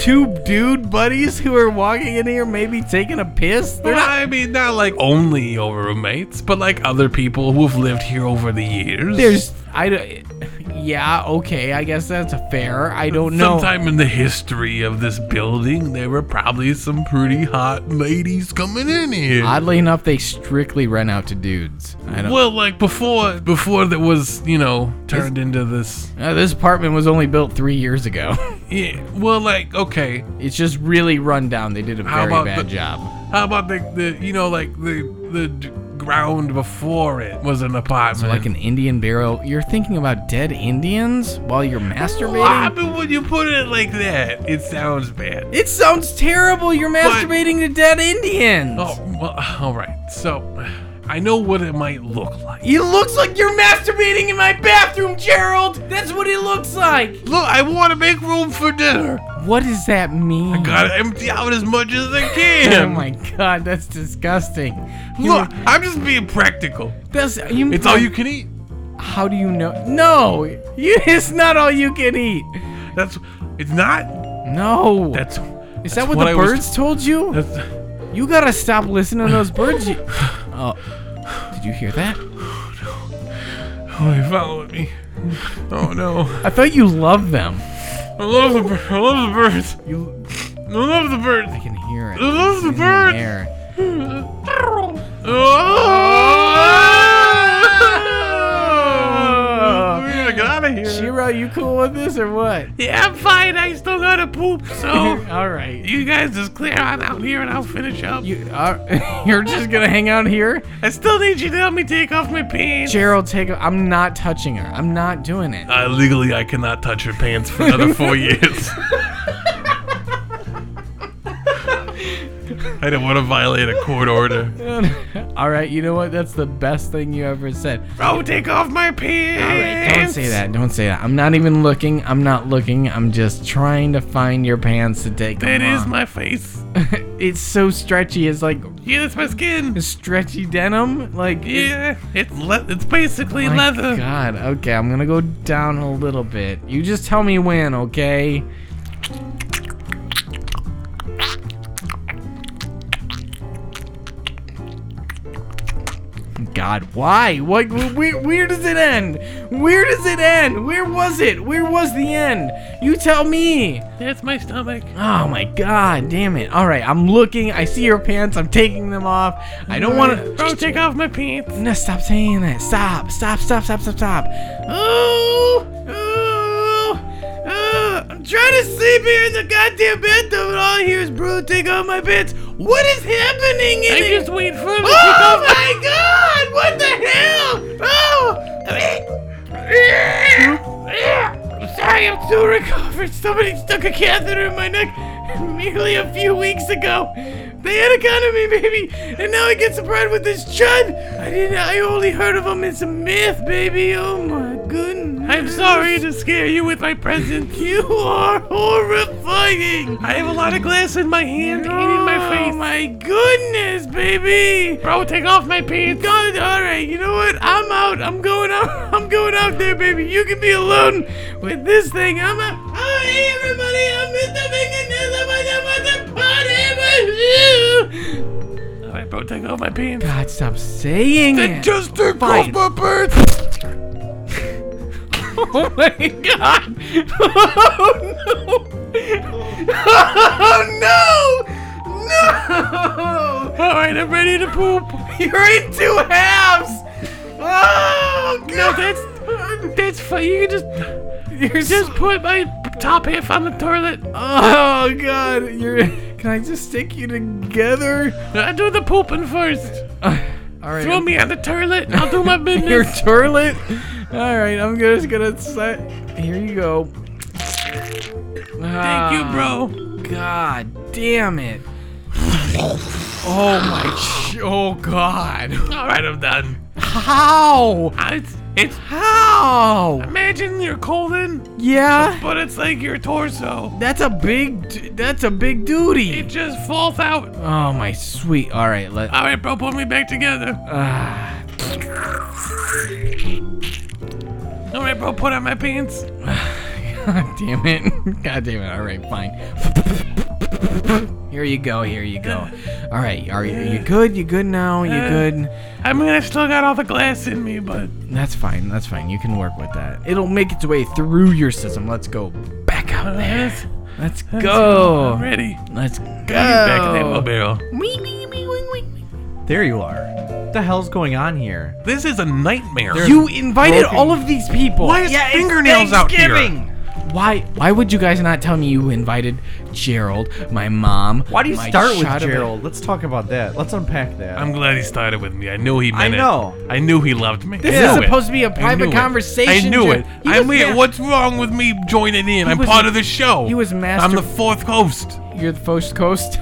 Speaker 1: two dude buddies who are walking in here, maybe taking a piss? They're
Speaker 3: Well,
Speaker 1: not-
Speaker 3: I mean, not like only your roommates, but like other people who have lived here over the years.
Speaker 1: There's, I don't. Yeah, okay, I guess that's fair. I don't know.
Speaker 3: Sometime in the history of this building, there were probably some pretty hot ladies coming in here.
Speaker 1: Oddly enough, they strictly rent out to dudes. I don't.
Speaker 3: well, like before, before that was, you know, turned into this.
Speaker 1: Uh, this apartment was only built three years ago.
Speaker 3: Yeah, well, like okay,
Speaker 1: it's just really run down. They did a
Speaker 3: How
Speaker 1: very
Speaker 3: about
Speaker 1: bad
Speaker 3: the-
Speaker 1: job.
Speaker 3: how about the, the you know like the the d- ground before it was an apartment.
Speaker 1: Like an Indian burial. You're thinking about dead Indians while you're
Speaker 3: what
Speaker 1: masturbating?
Speaker 3: happened when you put it like that? It sounds bad.
Speaker 1: It sounds terrible. You're masturbating to dead Indians.
Speaker 3: Oh well, all right. So, I know what it might look like.
Speaker 1: It looks like you're masturbating in my bathroom, Gerald. That's what it looks like.
Speaker 3: Look, I want to make room for dinner.
Speaker 1: What does that mean?
Speaker 3: I gotta empty out as much as I
Speaker 1: Oh
Speaker 3: can.
Speaker 1: my god, that's disgusting. You-
Speaker 3: Look, I'm just being practical.
Speaker 1: that's you.
Speaker 3: It's all you can eat.
Speaker 1: How do you know? No, you, it's not all you can eat.
Speaker 3: That's. It's not.
Speaker 1: No.
Speaker 3: That's.
Speaker 1: Is
Speaker 3: that's
Speaker 1: that what,
Speaker 3: what
Speaker 1: the
Speaker 3: I was-
Speaker 1: birds told you?
Speaker 3: That's.
Speaker 1: You gotta stop listening to those birds. You... Oh, did you hear that?
Speaker 3: Oh, they followed me. Oh no.
Speaker 1: I thought you loved them.
Speaker 3: I love the. bir- I love the birds.
Speaker 1: You,
Speaker 3: I love the birds.
Speaker 1: I can hear it.
Speaker 3: I love the
Speaker 1: It's in
Speaker 3: birds.
Speaker 1: air.
Speaker 3: Oh! We gotta get out of here.
Speaker 1: Shiro, you cool with this or what?
Speaker 3: Yeah, I'm fine. I still gotta poop, so
Speaker 1: all right.
Speaker 3: you guys just clear on out here and I'll finish up.
Speaker 1: You are, you're just gonna hang out here,
Speaker 3: I still need you to help me take off my pants.
Speaker 1: Gerald. Take. A, I'm not touching her. I'm not doing it.
Speaker 3: Uh, legally, I cannot touch your pants for another four years. I don't want to violate a court order.
Speaker 1: all right. You know what? That's the best thing you ever said.
Speaker 3: Bro, Oh, take off my pants.
Speaker 1: All right, don't say that. Don't say that. I'm not even looking. I'm not looking. I'm just trying to find your pants to take
Speaker 3: That
Speaker 1: them
Speaker 3: is
Speaker 1: off.
Speaker 3: my face.
Speaker 1: it's so stretchy. It's like
Speaker 3: Yeah, that's my skin.
Speaker 1: stretchy denim. Like it's-
Speaker 3: Yeah, it's le- it's basically
Speaker 1: my
Speaker 3: leather.
Speaker 1: God. Okay, I'm gonna go down a little bit. You just tell me when, okay? God, why? What? Where, where does it end? Where does it end? Where was it? Where was the end? You tell me.
Speaker 3: That's my stomach.
Speaker 1: Oh my god, damn it. All right, I'm looking. I see your pants. I'm taking them off. I don't want to.
Speaker 3: Bro, take off my pants.
Speaker 1: No, stop saying that. Stop, stop, stop, stop, stop, stop. Oh, oh, oh. I'm trying to sleep here in the goddamn bathroom, and all I hear is bro take off my pants. What is happening in
Speaker 3: I
Speaker 1: here?
Speaker 3: just wait for him to take
Speaker 1: Oh
Speaker 3: off.
Speaker 1: my god! What the hell? Oh! I'm sorry, I'm still recovered. Somebody stuck a catheter in my neck merely a few weeks ago. They had a gun at me, baby, and now I get surprised with this chud. I didn't. I only heard of him. It's a myth, baby. Oh my goodness.
Speaker 3: I'm sorry to scare you with my presence.
Speaker 1: You are horrifying.
Speaker 3: I have a lot of glass in my hand and in my
Speaker 1: Oh
Speaker 3: face.
Speaker 1: my goodness, baby.
Speaker 3: Bro, take off my pants.
Speaker 1: God, all right. You know what? I'm out. I'm going out. I'm going out there, baby. You can be alone with this thing. I'm out. Oh, hey, everybody. I'm Mr. Fingernails. I'm at the party with you.
Speaker 3: All right, bro, take off my pants.
Speaker 1: God, stop saying it.
Speaker 3: Just take
Speaker 1: Fine.
Speaker 3: off my pants.
Speaker 1: oh my God. Oh no. Oh no. No.
Speaker 3: All right, I'm ready to poop.
Speaker 1: You're in two halves. Oh God.
Speaker 3: No, that's that's fine. You can just you just put my top half on the toilet.
Speaker 1: Oh god, you're. Can I just stick you together?
Speaker 3: I do the pooping first.
Speaker 1: All right.
Speaker 3: Throw me on the toilet. I'll do my business.
Speaker 1: your toilet. All right, I'm just gonna set. Here you go. Ah,
Speaker 3: Thank you, bro.
Speaker 1: God damn it. Oh my. ch- Oh god.
Speaker 3: All right, I'm done.
Speaker 1: How?
Speaker 3: I- It's, it's
Speaker 1: How?
Speaker 3: imagine your colon,
Speaker 1: Yeah.
Speaker 3: but it's like your torso.
Speaker 1: That's a big. d- That's a big duty.
Speaker 3: It just falls out.
Speaker 1: Oh my sweet. All right, let.
Speaker 3: All right, bro, put me back together.
Speaker 1: Ah.
Speaker 3: All right, bro, put on my pants.
Speaker 1: God damn it. God damn it. All right, fine. Here you go. Here you go. All right. Are you, you good? You good now? You good?
Speaker 3: I mean, I still got all the glass in me, but
Speaker 1: That's fine. That's fine. You can work with that. It'll make its way through your system. Let's go back out there.
Speaker 3: that's-
Speaker 1: Let's go.
Speaker 3: I'm ready.
Speaker 1: Let's
Speaker 3: Back in that
Speaker 1: go.
Speaker 3: wheelbarrow.
Speaker 2: There you are. What the hell's going on here?
Speaker 3: This is a nightmare.
Speaker 1: You invited all of these people.
Speaker 3: Why is fingernails out here?
Speaker 1: Why? Why would you guys not tell me you invited Gerald, my mom?
Speaker 2: Why do you
Speaker 1: my
Speaker 2: start with
Speaker 1: shot of-
Speaker 2: Gerald? Let's talk about that. Let's unpack that.
Speaker 3: I'm glad he started with me. I knew he meant it.
Speaker 2: know.
Speaker 3: I knew he loved me.
Speaker 1: This is supposed to be a private conversation.
Speaker 3: I knew
Speaker 1: Ger-
Speaker 3: it.
Speaker 1: He
Speaker 3: I
Speaker 1: was
Speaker 3: mean,
Speaker 1: ma-
Speaker 3: what's wrong with me joining in? I'm
Speaker 1: was-
Speaker 3: part of the show.
Speaker 1: he was
Speaker 3: I'm
Speaker 1: master-
Speaker 3: the fourth coast.
Speaker 1: You're the first coast.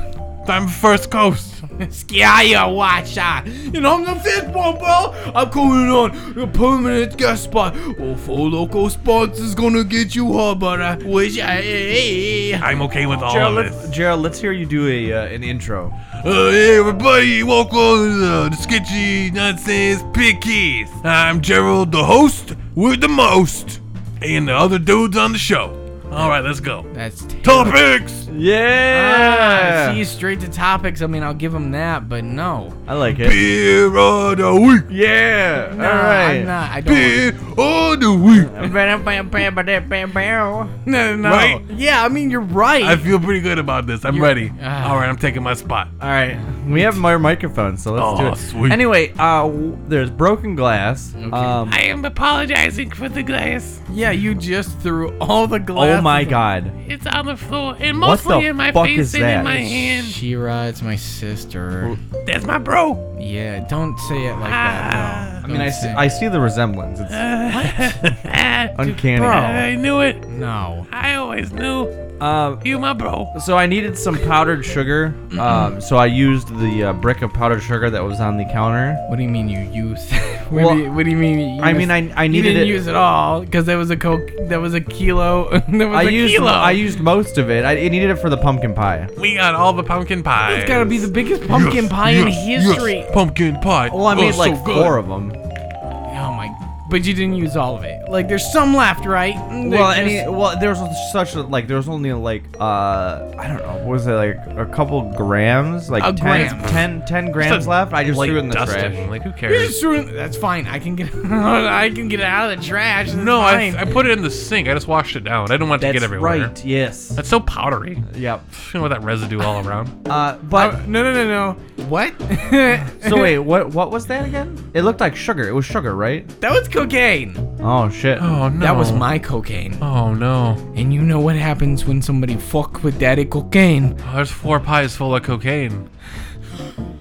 Speaker 3: I'm first coast.
Speaker 1: Skia Watcha.
Speaker 4: You know, I'm the fifth one, bro. I'm going on a permanent guest spot. Well, four local spots is gonna get you hard, but I wish I.
Speaker 3: I'm okay with all
Speaker 2: Gerald,
Speaker 3: of this.
Speaker 2: let's, Gerald, let's hear you do a uh, an intro.
Speaker 3: Uh, hey everybody, welcome to uh, the Sketchy Nonsense Pickies. I'm Gerald, the host with the most, and the other dudes on the show. All right, let's go.
Speaker 1: That's terrible.
Speaker 3: Topics.
Speaker 1: Ah,
Speaker 2: Yeah,
Speaker 1: see, straight to topics. I mean, I'll give him that, but no.
Speaker 2: I like it.
Speaker 3: Beer of the week.
Speaker 2: Yeah.
Speaker 1: Nah,
Speaker 2: All right.
Speaker 1: I'm not. I don't.
Speaker 3: Beer of the week.
Speaker 1: No, no.
Speaker 3: Right?
Speaker 1: Yeah, I mean, you're right.
Speaker 3: I feel pretty good about this. I'm
Speaker 1: You're-
Speaker 3: ready.
Speaker 1: Ah.
Speaker 3: All right, I'm taking my spot.
Speaker 2: All right. We have more microphones, so let's do
Speaker 3: Oh,
Speaker 2: it.
Speaker 3: sweet.
Speaker 2: Anyway, uh, w- there's broken glass. Um,
Speaker 5: I am apologizing for the glass.
Speaker 1: yeah, you just threw all the glass.
Speaker 2: oh my God.
Speaker 5: It's on the floor and
Speaker 2: What the
Speaker 5: mostly in my
Speaker 2: fuck
Speaker 5: face
Speaker 2: is
Speaker 5: and
Speaker 2: that?
Speaker 5: in my hand.
Speaker 1: Shira, it's my sister.
Speaker 5: That's my bro.
Speaker 1: Yeah, don't say it like that.
Speaker 2: I mean, I see, I see the resemblance. It's
Speaker 5: Ah,
Speaker 2: uncanny.
Speaker 1: bro.
Speaker 5: I knew it.
Speaker 1: No.
Speaker 5: I always knew
Speaker 2: Um,
Speaker 5: you, my bro.
Speaker 2: So I needed some powdered sugar. Um, so I used the uh, brick of powdered sugar that was on the counter.
Speaker 1: What do you mean you used? what,
Speaker 2: Well,
Speaker 1: do you, what do you mean? You
Speaker 2: I
Speaker 1: used-
Speaker 2: mean, I, I
Speaker 1: you
Speaker 2: needed
Speaker 1: didn't
Speaker 2: it.
Speaker 1: use it all because there was a coke. There was a kilo. there was
Speaker 2: I
Speaker 1: a
Speaker 2: used
Speaker 1: kilo.
Speaker 2: I used most of it. I, I needed it for the pumpkin pie.
Speaker 3: We got all the pumpkin pie.
Speaker 1: It's gotta be the biggest pumpkin pie in history.
Speaker 3: Pumpkin pie.
Speaker 2: Well, I
Speaker 3: Oh,
Speaker 2: made
Speaker 3: so
Speaker 2: like
Speaker 3: good.
Speaker 2: four of them.
Speaker 1: Oh my! But you didn't use all of it. Like there's some left, right? Mm,
Speaker 2: Well,
Speaker 1: they're
Speaker 2: any
Speaker 1: just-
Speaker 2: well, there was such a, like there was only like uh I don't know what was it like a couple grams like
Speaker 1: A
Speaker 2: 10,
Speaker 1: gram.
Speaker 2: 10 10 grams left. I just
Speaker 3: Like
Speaker 2: threw it in the
Speaker 3: dusting.
Speaker 2: trash.
Speaker 3: Like who
Speaker 1: You're
Speaker 3: cares?
Speaker 1: just throwing- That's fine. I can get. I can get it out of the trash. It's
Speaker 3: No, I,
Speaker 1: fine.
Speaker 3: I put it in the sink. I just washed it down. I didn't want it to get
Speaker 2: That's
Speaker 3: everywhere.
Speaker 2: right. Yes.
Speaker 3: That's so powdery.
Speaker 2: Yep.
Speaker 3: You know, with that residue all around.
Speaker 2: Uh, but
Speaker 1: no, no, no, no. What? that
Speaker 2: so wait, what what was that again? It looked like sugar. It was sugar, right?
Speaker 1: was cocaine.
Speaker 2: Oh shit.
Speaker 3: Oh no.
Speaker 1: That was my cocaine.
Speaker 3: Oh no.
Speaker 1: And you know what happens when somebody fuck with daddy cocaine?
Speaker 3: Oh, there's four pies full of cocaine.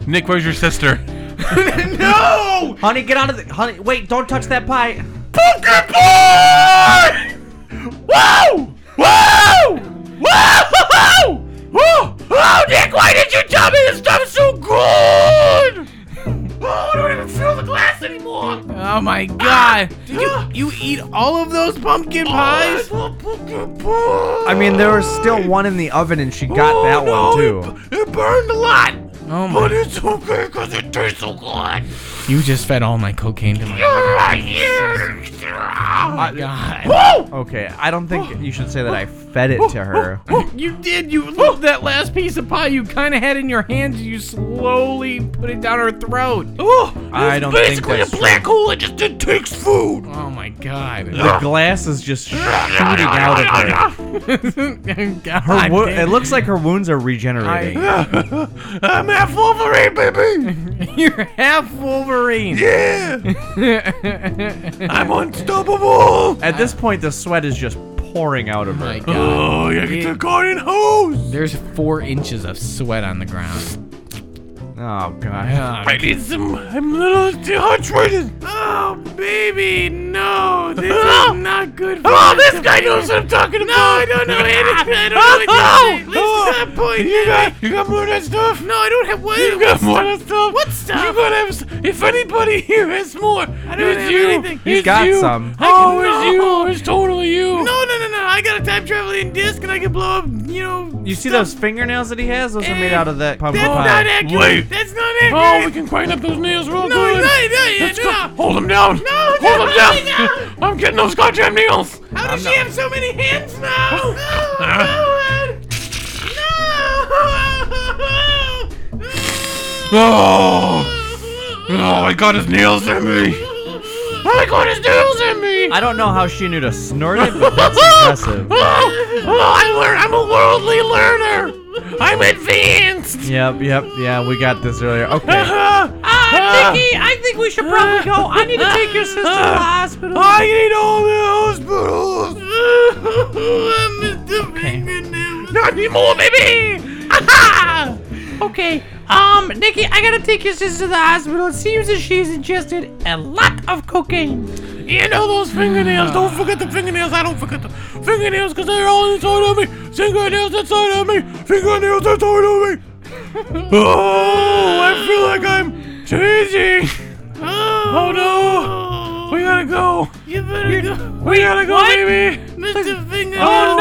Speaker 3: Nick, where's your sister?
Speaker 1: no!
Speaker 2: Honey, get out of the honey. Wait, don't touch that pie.
Speaker 1: Oh my god! Did you you eat all of those pumpkin pies?
Speaker 2: I mean, there was still one in the oven, and she
Speaker 6: Oh,
Speaker 2: got that one too.
Speaker 1: Oh my! But it's okay because it tastes so good. You just fed all my cocaine to my. Oh my god!
Speaker 2: Okay, I don't think you should say that I fed it to her.
Speaker 1: You did. You look that last piece of pie you kind of had in your hands. You slowly put it down her throat.
Speaker 2: I don't think that's true.
Speaker 5: hole. It just didn't take food.
Speaker 1: Oh my god!
Speaker 2: The glass is just shooting out of her.
Speaker 1: God
Speaker 2: Her wo-
Speaker 1: damn.
Speaker 2: it looks like her wounds are regenerating.
Speaker 3: I'm half Wolverine, baby.
Speaker 1: You're half Wolverine.
Speaker 3: Yeah. Oh I'm unstoppable.
Speaker 2: At this point, the sweat is just pouring out of
Speaker 1: my
Speaker 2: her.
Speaker 1: god.
Speaker 3: Oh, you get the garden hose.
Speaker 1: There's four inches of sweat on the ground.
Speaker 2: Oh god.
Speaker 1: Ah,
Speaker 3: I need some. I'm a little dehydrated. Oh, baby, no. This is not good for Oh, this guy knows what I'm talking about. No, I don't know anything. I don't know what you're saying. You got, you got more of that stuff? No, I don't have what? You got more of that stuff? What stuff? You gotta have. s- If anybody here has more, I don't it's
Speaker 1: have
Speaker 3: you.
Speaker 1: anything.
Speaker 2: He's
Speaker 3: It's
Speaker 2: got
Speaker 3: you.
Speaker 2: some.
Speaker 3: Oh, it's you. It's totally you.
Speaker 4: No, no, no, no. I got a time traveling disc and I can blow up, you know.
Speaker 2: You see those fingernails that he has? Those are made out of that pumpkin
Speaker 4: Not
Speaker 2: pie.
Speaker 4: accurate.
Speaker 3: Wait.
Speaker 4: That's not accurate.
Speaker 3: Oh, we can grind up those nails real
Speaker 4: no,
Speaker 3: good.
Speaker 4: no, no, yeah,
Speaker 3: Let's go.
Speaker 4: no.
Speaker 3: Hold him down. No, Hold him down. I'm getting those goddamn nails.
Speaker 6: How does she have so many hands now? No, Ed. No.
Speaker 3: Oh, oh! I got his nails in me. I got his nails in me.
Speaker 2: I don't know how she knew to snort it, but that's impressive.
Speaker 3: Oh, oh I learn. I'm a worldly learner. I'm advanced.
Speaker 2: Yep, yep, yeah, we got this earlier. Okay.
Speaker 3: Ah.
Speaker 5: Ah, Nikki, I think we should probably go. I need to take your sister to the hospital.
Speaker 3: I need all the hospitals. I need more, baby. Ah-ha.
Speaker 5: Okay. Um, Nikki, I gotta take your sister to the hospital. It seems that she's ingested a lot of cocaine.
Speaker 3: And all those fingernails. Don't forget the fingernails. I don't forget the fingernails because they're all inside of me. Fingernails inside of me. Fingernails inside of me. oh, I feel like I'm changing. Oh, no. We gotta go.
Speaker 6: You better go,
Speaker 3: We gotta go,
Speaker 5: what?
Speaker 3: baby.
Speaker 6: Mr. Finger.
Speaker 3: Oh,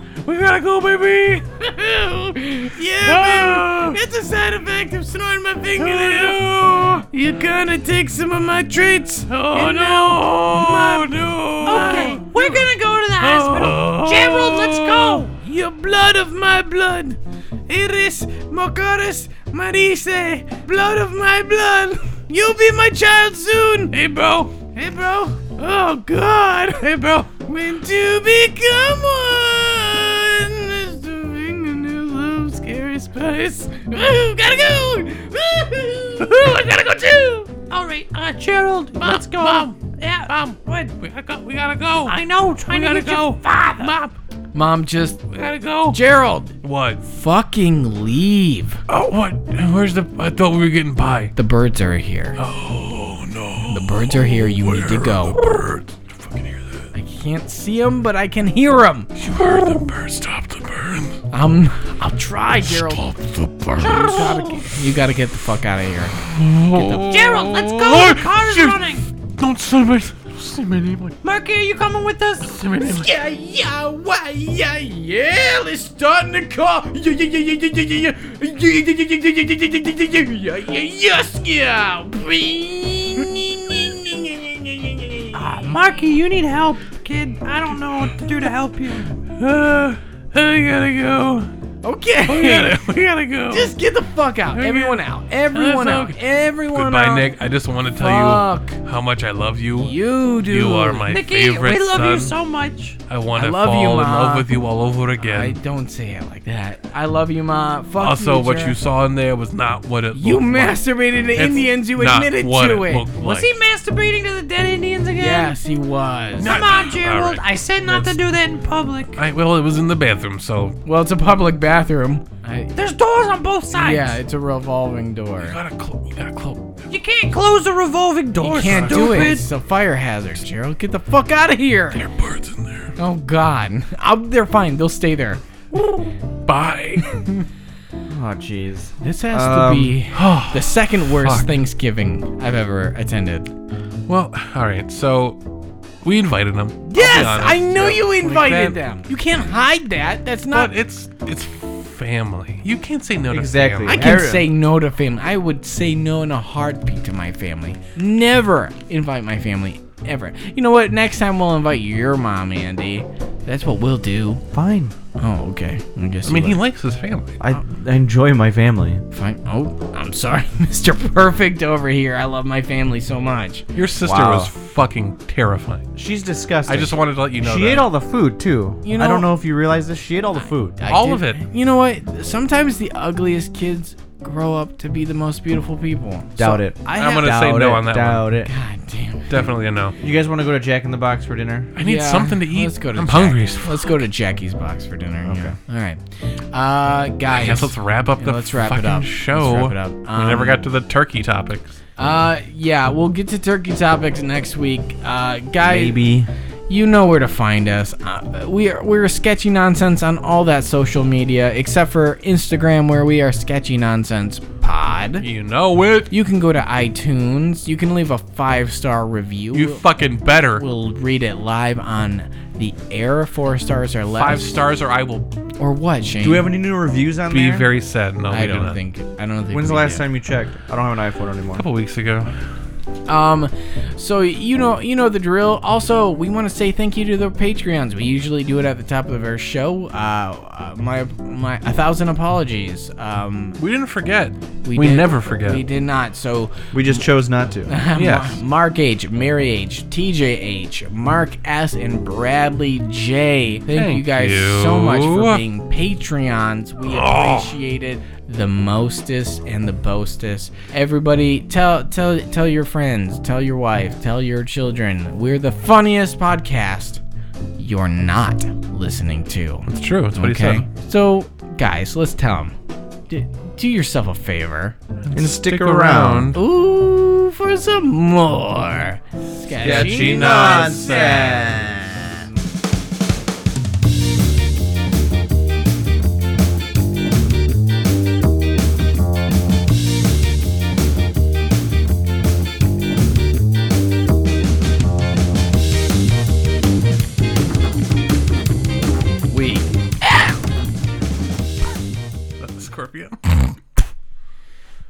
Speaker 3: no. We gotta go, baby.
Speaker 6: yeah,
Speaker 3: Ah.
Speaker 6: man. It's a side effect of snorting my fingernail.
Speaker 3: Oh, no.
Speaker 6: You gonna take some of my treats?
Speaker 3: Oh, no. No.
Speaker 5: Okay, we're gonna go to the hospital. Gerald, let's go.
Speaker 6: Oh, Your blood of my blood. Iris Mocaris Marise. Blood of my blood. You'll be my child soon.
Speaker 3: Hey, bro.
Speaker 6: Hey, bro. Oh, God.
Speaker 3: Hey, bro.
Speaker 6: When to become one. Mr. Fingernails of Scary Spice. Woo, gotta go. Woo. I gotta go too.
Speaker 5: All right, uh, Gerald, let's go.
Speaker 3: Mom.
Speaker 5: Yeah,
Speaker 3: Mom, what? We gotta go. We gotta go.
Speaker 5: I know. Trying
Speaker 3: we
Speaker 5: to
Speaker 3: gotta
Speaker 5: get
Speaker 3: go.
Speaker 5: your father.
Speaker 3: Mom,
Speaker 1: Mom, just
Speaker 3: we gotta go.
Speaker 1: Gerald,
Speaker 3: What?
Speaker 1: fucking leave.
Speaker 3: Oh, what? Where's the? I thought we were getting pie.
Speaker 1: The birds are here.
Speaker 3: Oh no.
Speaker 1: The birds are here. You need to go.
Speaker 3: Birds. Did you fucking hear that?
Speaker 1: I can't see them, but I can hear them.
Speaker 3: You heard the birds. Stop the birds.
Speaker 1: Um, I'll try, Gerald.
Speaker 3: Stop the birds.
Speaker 1: You gotta get the fuck out of here.
Speaker 5: Gerald, let's go.
Speaker 3: Oh,
Speaker 5: the car's
Speaker 3: shoot.
Speaker 5: running.
Speaker 3: Don't say my. Don't say my name like.
Speaker 5: Marky, are you coming with us?
Speaker 3: Say my name like.
Speaker 9: Yeah, yeah, why, yeah, yeah. Let's start in the car. Yeah, yeah, yeah, yeah, yeah, yeah, yeah, yeah, yeah, yeah, yeah, yeah, yeah, yeah, yeah, yeah, yeah, yes, yeah.
Speaker 5: Oh, Marky, you need help, kid. I don't know what to do to help you.
Speaker 3: Uh, I gotta go. We
Speaker 1: Okay.
Speaker 3: gotta. We gotta go.
Speaker 1: Just get the fuck out. Everyone out. Everyone
Speaker 3: That's
Speaker 1: out. Everyone
Speaker 3: Goodbye,
Speaker 1: out.
Speaker 3: Nick. I just want to tell
Speaker 1: Fuck
Speaker 3: you how much I love you.
Speaker 1: you, dude.
Speaker 3: You are my
Speaker 5: Nikki,
Speaker 3: favorite
Speaker 5: we love
Speaker 3: son.
Speaker 5: you so much.
Speaker 3: I want
Speaker 1: I
Speaker 3: to
Speaker 1: love you,
Speaker 3: fall in
Speaker 1: Ma.
Speaker 3: love with you all over
Speaker 1: I
Speaker 3: again.
Speaker 1: don't say it like that. I love you, ma. Fuck
Speaker 3: also,
Speaker 1: you,
Speaker 3: what you
Speaker 1: Gerald.
Speaker 3: saw in there was not what it
Speaker 1: You
Speaker 3: looked like.
Speaker 1: masturbated to
Speaker 3: It's
Speaker 1: Indians. You
Speaker 3: not
Speaker 1: admitted
Speaker 3: what
Speaker 1: to
Speaker 3: it
Speaker 1: it.
Speaker 3: looked
Speaker 5: Was
Speaker 3: like.
Speaker 5: he masturbating to the dead Indians again?
Speaker 1: Yes, he was.
Speaker 3: No.
Speaker 5: Come on,
Speaker 3: All
Speaker 5: Gerald.
Speaker 3: right.
Speaker 5: I said not to do that in public.
Speaker 3: I, well, it was in the bathroom, so
Speaker 1: Well, it's a public bathroom. I,
Speaker 5: There's doors on both sides.
Speaker 1: yeah, it's a revolving door.
Speaker 3: gotta close. We gotta close.
Speaker 5: You can't close a revolving door,
Speaker 1: You can't
Speaker 5: stupid.
Speaker 1: do it. It's a fire hazard, Gerald. Get the fuck out of here.
Speaker 3: There are birds in there.
Speaker 1: Oh God, i they're fine. They'll stay there.
Speaker 3: Bye.
Speaker 2: Oh, jeez.
Speaker 1: This has
Speaker 2: Um,
Speaker 1: to be
Speaker 3: Oh,
Speaker 1: the second worst Thanksgiving I've ever attended.
Speaker 3: well, all right. So we invited him.
Speaker 1: Yes,
Speaker 3: honest.
Speaker 1: I know you
Speaker 3: then-
Speaker 1: invited them. You can't hide that. That's not.
Speaker 3: But it's it's family. You can't say no to
Speaker 2: Exactly.
Speaker 1: I
Speaker 3: family.
Speaker 1: can
Speaker 2: Aaron.
Speaker 1: say no to family. I would say no in a heartbeat to my family. Never invite my family ever. You know what? Next time we'll invite your mom, Andy. That's what we'll do.
Speaker 2: Fine.
Speaker 1: Oh, okay. I guess.
Speaker 3: I mean, he
Speaker 1: let-
Speaker 3: likes his family.
Speaker 2: I, I enjoy my family.
Speaker 1: fine. Oh, I'm sorry, Mr. Perfect over here. I love my family so much.
Speaker 3: Your sister
Speaker 2: Wow.
Speaker 3: was fucking terrifying.
Speaker 2: She's disgusting.
Speaker 3: I just wanted to let you know.
Speaker 2: She
Speaker 3: that.
Speaker 2: ate all the food too.
Speaker 1: You
Speaker 2: I don't
Speaker 1: know-
Speaker 2: know if you realize this. She ate all the food.
Speaker 1: I
Speaker 3: All
Speaker 1: did-
Speaker 3: of it.
Speaker 1: You know what? Sometimes the ugliest kids grow up to be the most beautiful people.
Speaker 2: Doubt it.
Speaker 1: I have
Speaker 3: I'm gonna say
Speaker 2: Doubt
Speaker 3: no
Speaker 2: it,
Speaker 3: on that one.
Speaker 2: Doubt it.
Speaker 1: God damn it.
Speaker 3: Definitely a no.
Speaker 2: You guys want to go to Jack in the Box for dinner?
Speaker 3: I need
Speaker 1: Yeah,
Speaker 3: something to eat.
Speaker 1: Let's go to
Speaker 3: I'm hungry.
Speaker 1: Jack- Let's go to Jackie's box for dinner. Yeah. All right, uh, guys.
Speaker 3: Yes, let's wrap up
Speaker 1: Yeah,
Speaker 3: the
Speaker 1: let's wrap it
Speaker 3: fucking
Speaker 1: up. Let's
Speaker 3: show.
Speaker 1: wrap it up.
Speaker 3: we never
Speaker 1: Um,
Speaker 3: got to the turkey topics.
Speaker 1: Uh, yeah, we'll get to turkey topics next week. Uh, guys,
Speaker 2: Maybe.
Speaker 1: you know where to find us. Uh, we are we're sketchy nonsense on all that social media except for Instagram, where we are sketchy nonsense pod.
Speaker 3: You know it.
Speaker 1: You can go to iTunes. You can leave a five star review.
Speaker 3: You
Speaker 1: We'll-
Speaker 3: fucking better.
Speaker 1: we'll read it live on the air. Four stars or less.
Speaker 3: Five stars, or I will
Speaker 1: or what, Shane?
Speaker 2: Do we have any new reviews on
Speaker 3: be
Speaker 2: there?
Speaker 3: very sad. No, we
Speaker 1: I
Speaker 3: do
Speaker 1: don't
Speaker 3: not.
Speaker 1: think. I don't think.
Speaker 2: When's the
Speaker 1: we
Speaker 2: last
Speaker 1: do.
Speaker 2: time you checked? I don't have an iPhone anymore.
Speaker 3: A couple weeks ago.
Speaker 1: Um, so you know, you know the drill. Also, we want to say thank you to the Patreons. We usually do it at the top of our show. Uh, uh, my my a thousand apologies. Um,
Speaker 4: We didn't forget.
Speaker 6: We
Speaker 1: did-
Speaker 6: never forget.
Speaker 1: We did not. So
Speaker 2: We just chose not to.
Speaker 6: Yes.
Speaker 1: Ma- Mark H, Mary H, TJ H, Mark S, and Bradley J. Thank,
Speaker 6: Thank
Speaker 1: you guys
Speaker 4: you. Ah.
Speaker 1: so much for being Patreons. We appreciate it the mostest and the boastest. Everybody, tell tell tell your friends, tell your wife, tell your children. We're the funniest podcast. You're not listening to.
Speaker 4: It's true. That's what he
Speaker 1: Okay.
Speaker 4: said.
Speaker 1: So, guys, let's tell them. D- do yourself a favor.
Speaker 2: And stick,
Speaker 4: Stick around.
Speaker 2: around.
Speaker 1: Ooh, for some more sketchy. We
Speaker 4: Scorpio.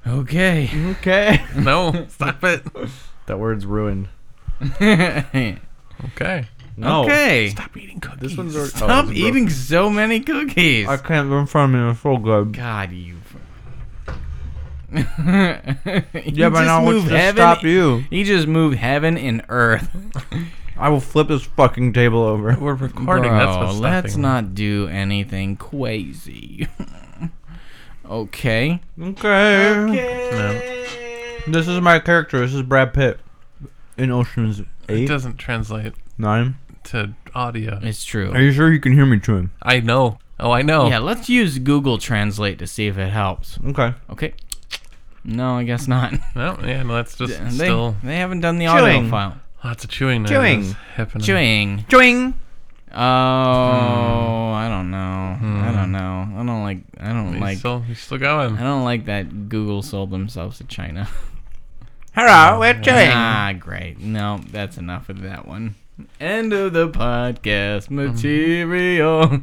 Speaker 1: okay.
Speaker 2: Okay.
Speaker 4: No, stop it.
Speaker 2: that word's ruined.
Speaker 4: Okay.
Speaker 2: No.
Speaker 1: Okay.
Speaker 4: Stop eating cookies.
Speaker 2: Oh, This one's already.
Speaker 1: Stop eating so many cookies.
Speaker 2: I can't run from it. It's so good.
Speaker 1: God, you.
Speaker 2: Yeah, but now what's to stop you?
Speaker 1: He just moved heaven and earth.
Speaker 2: I will flip this fucking table over.
Speaker 4: We're recording. that's
Speaker 1: Bro,
Speaker 4: what's
Speaker 1: let's
Speaker 4: stopping.
Speaker 1: not do anything crazy. okay.
Speaker 2: Okay. This is my character. This is Brad Pitt in Ocean's
Speaker 4: It
Speaker 2: Eight,
Speaker 4: doesn't translate
Speaker 2: Nine.
Speaker 4: to audio.
Speaker 1: It's true.
Speaker 2: Are you sure you can hear me, Trim?
Speaker 4: I know. Oh, I know.
Speaker 1: Yeah, let's use Google Translate to see if it helps.
Speaker 2: Okay.
Speaker 1: Okay. No, I guess not.
Speaker 4: No, yeah, no, that's just
Speaker 1: They,
Speaker 4: still
Speaker 1: they haven't done the audio
Speaker 2: Chewing.
Speaker 1: file.
Speaker 4: lots of chewing. there
Speaker 2: Chewing.
Speaker 4: that's Happening.
Speaker 1: Chewing.
Speaker 2: Joing.
Speaker 1: Oh, I don't know. I don't know. I don't like. I don't
Speaker 4: He's
Speaker 1: like.
Speaker 4: still, he's still
Speaker 1: I
Speaker 4: going.
Speaker 1: don't like that Google sold themselves to China.
Speaker 2: Hello, we're chewing.
Speaker 1: ah, great. No, that's enough of that one. End of the podcast material.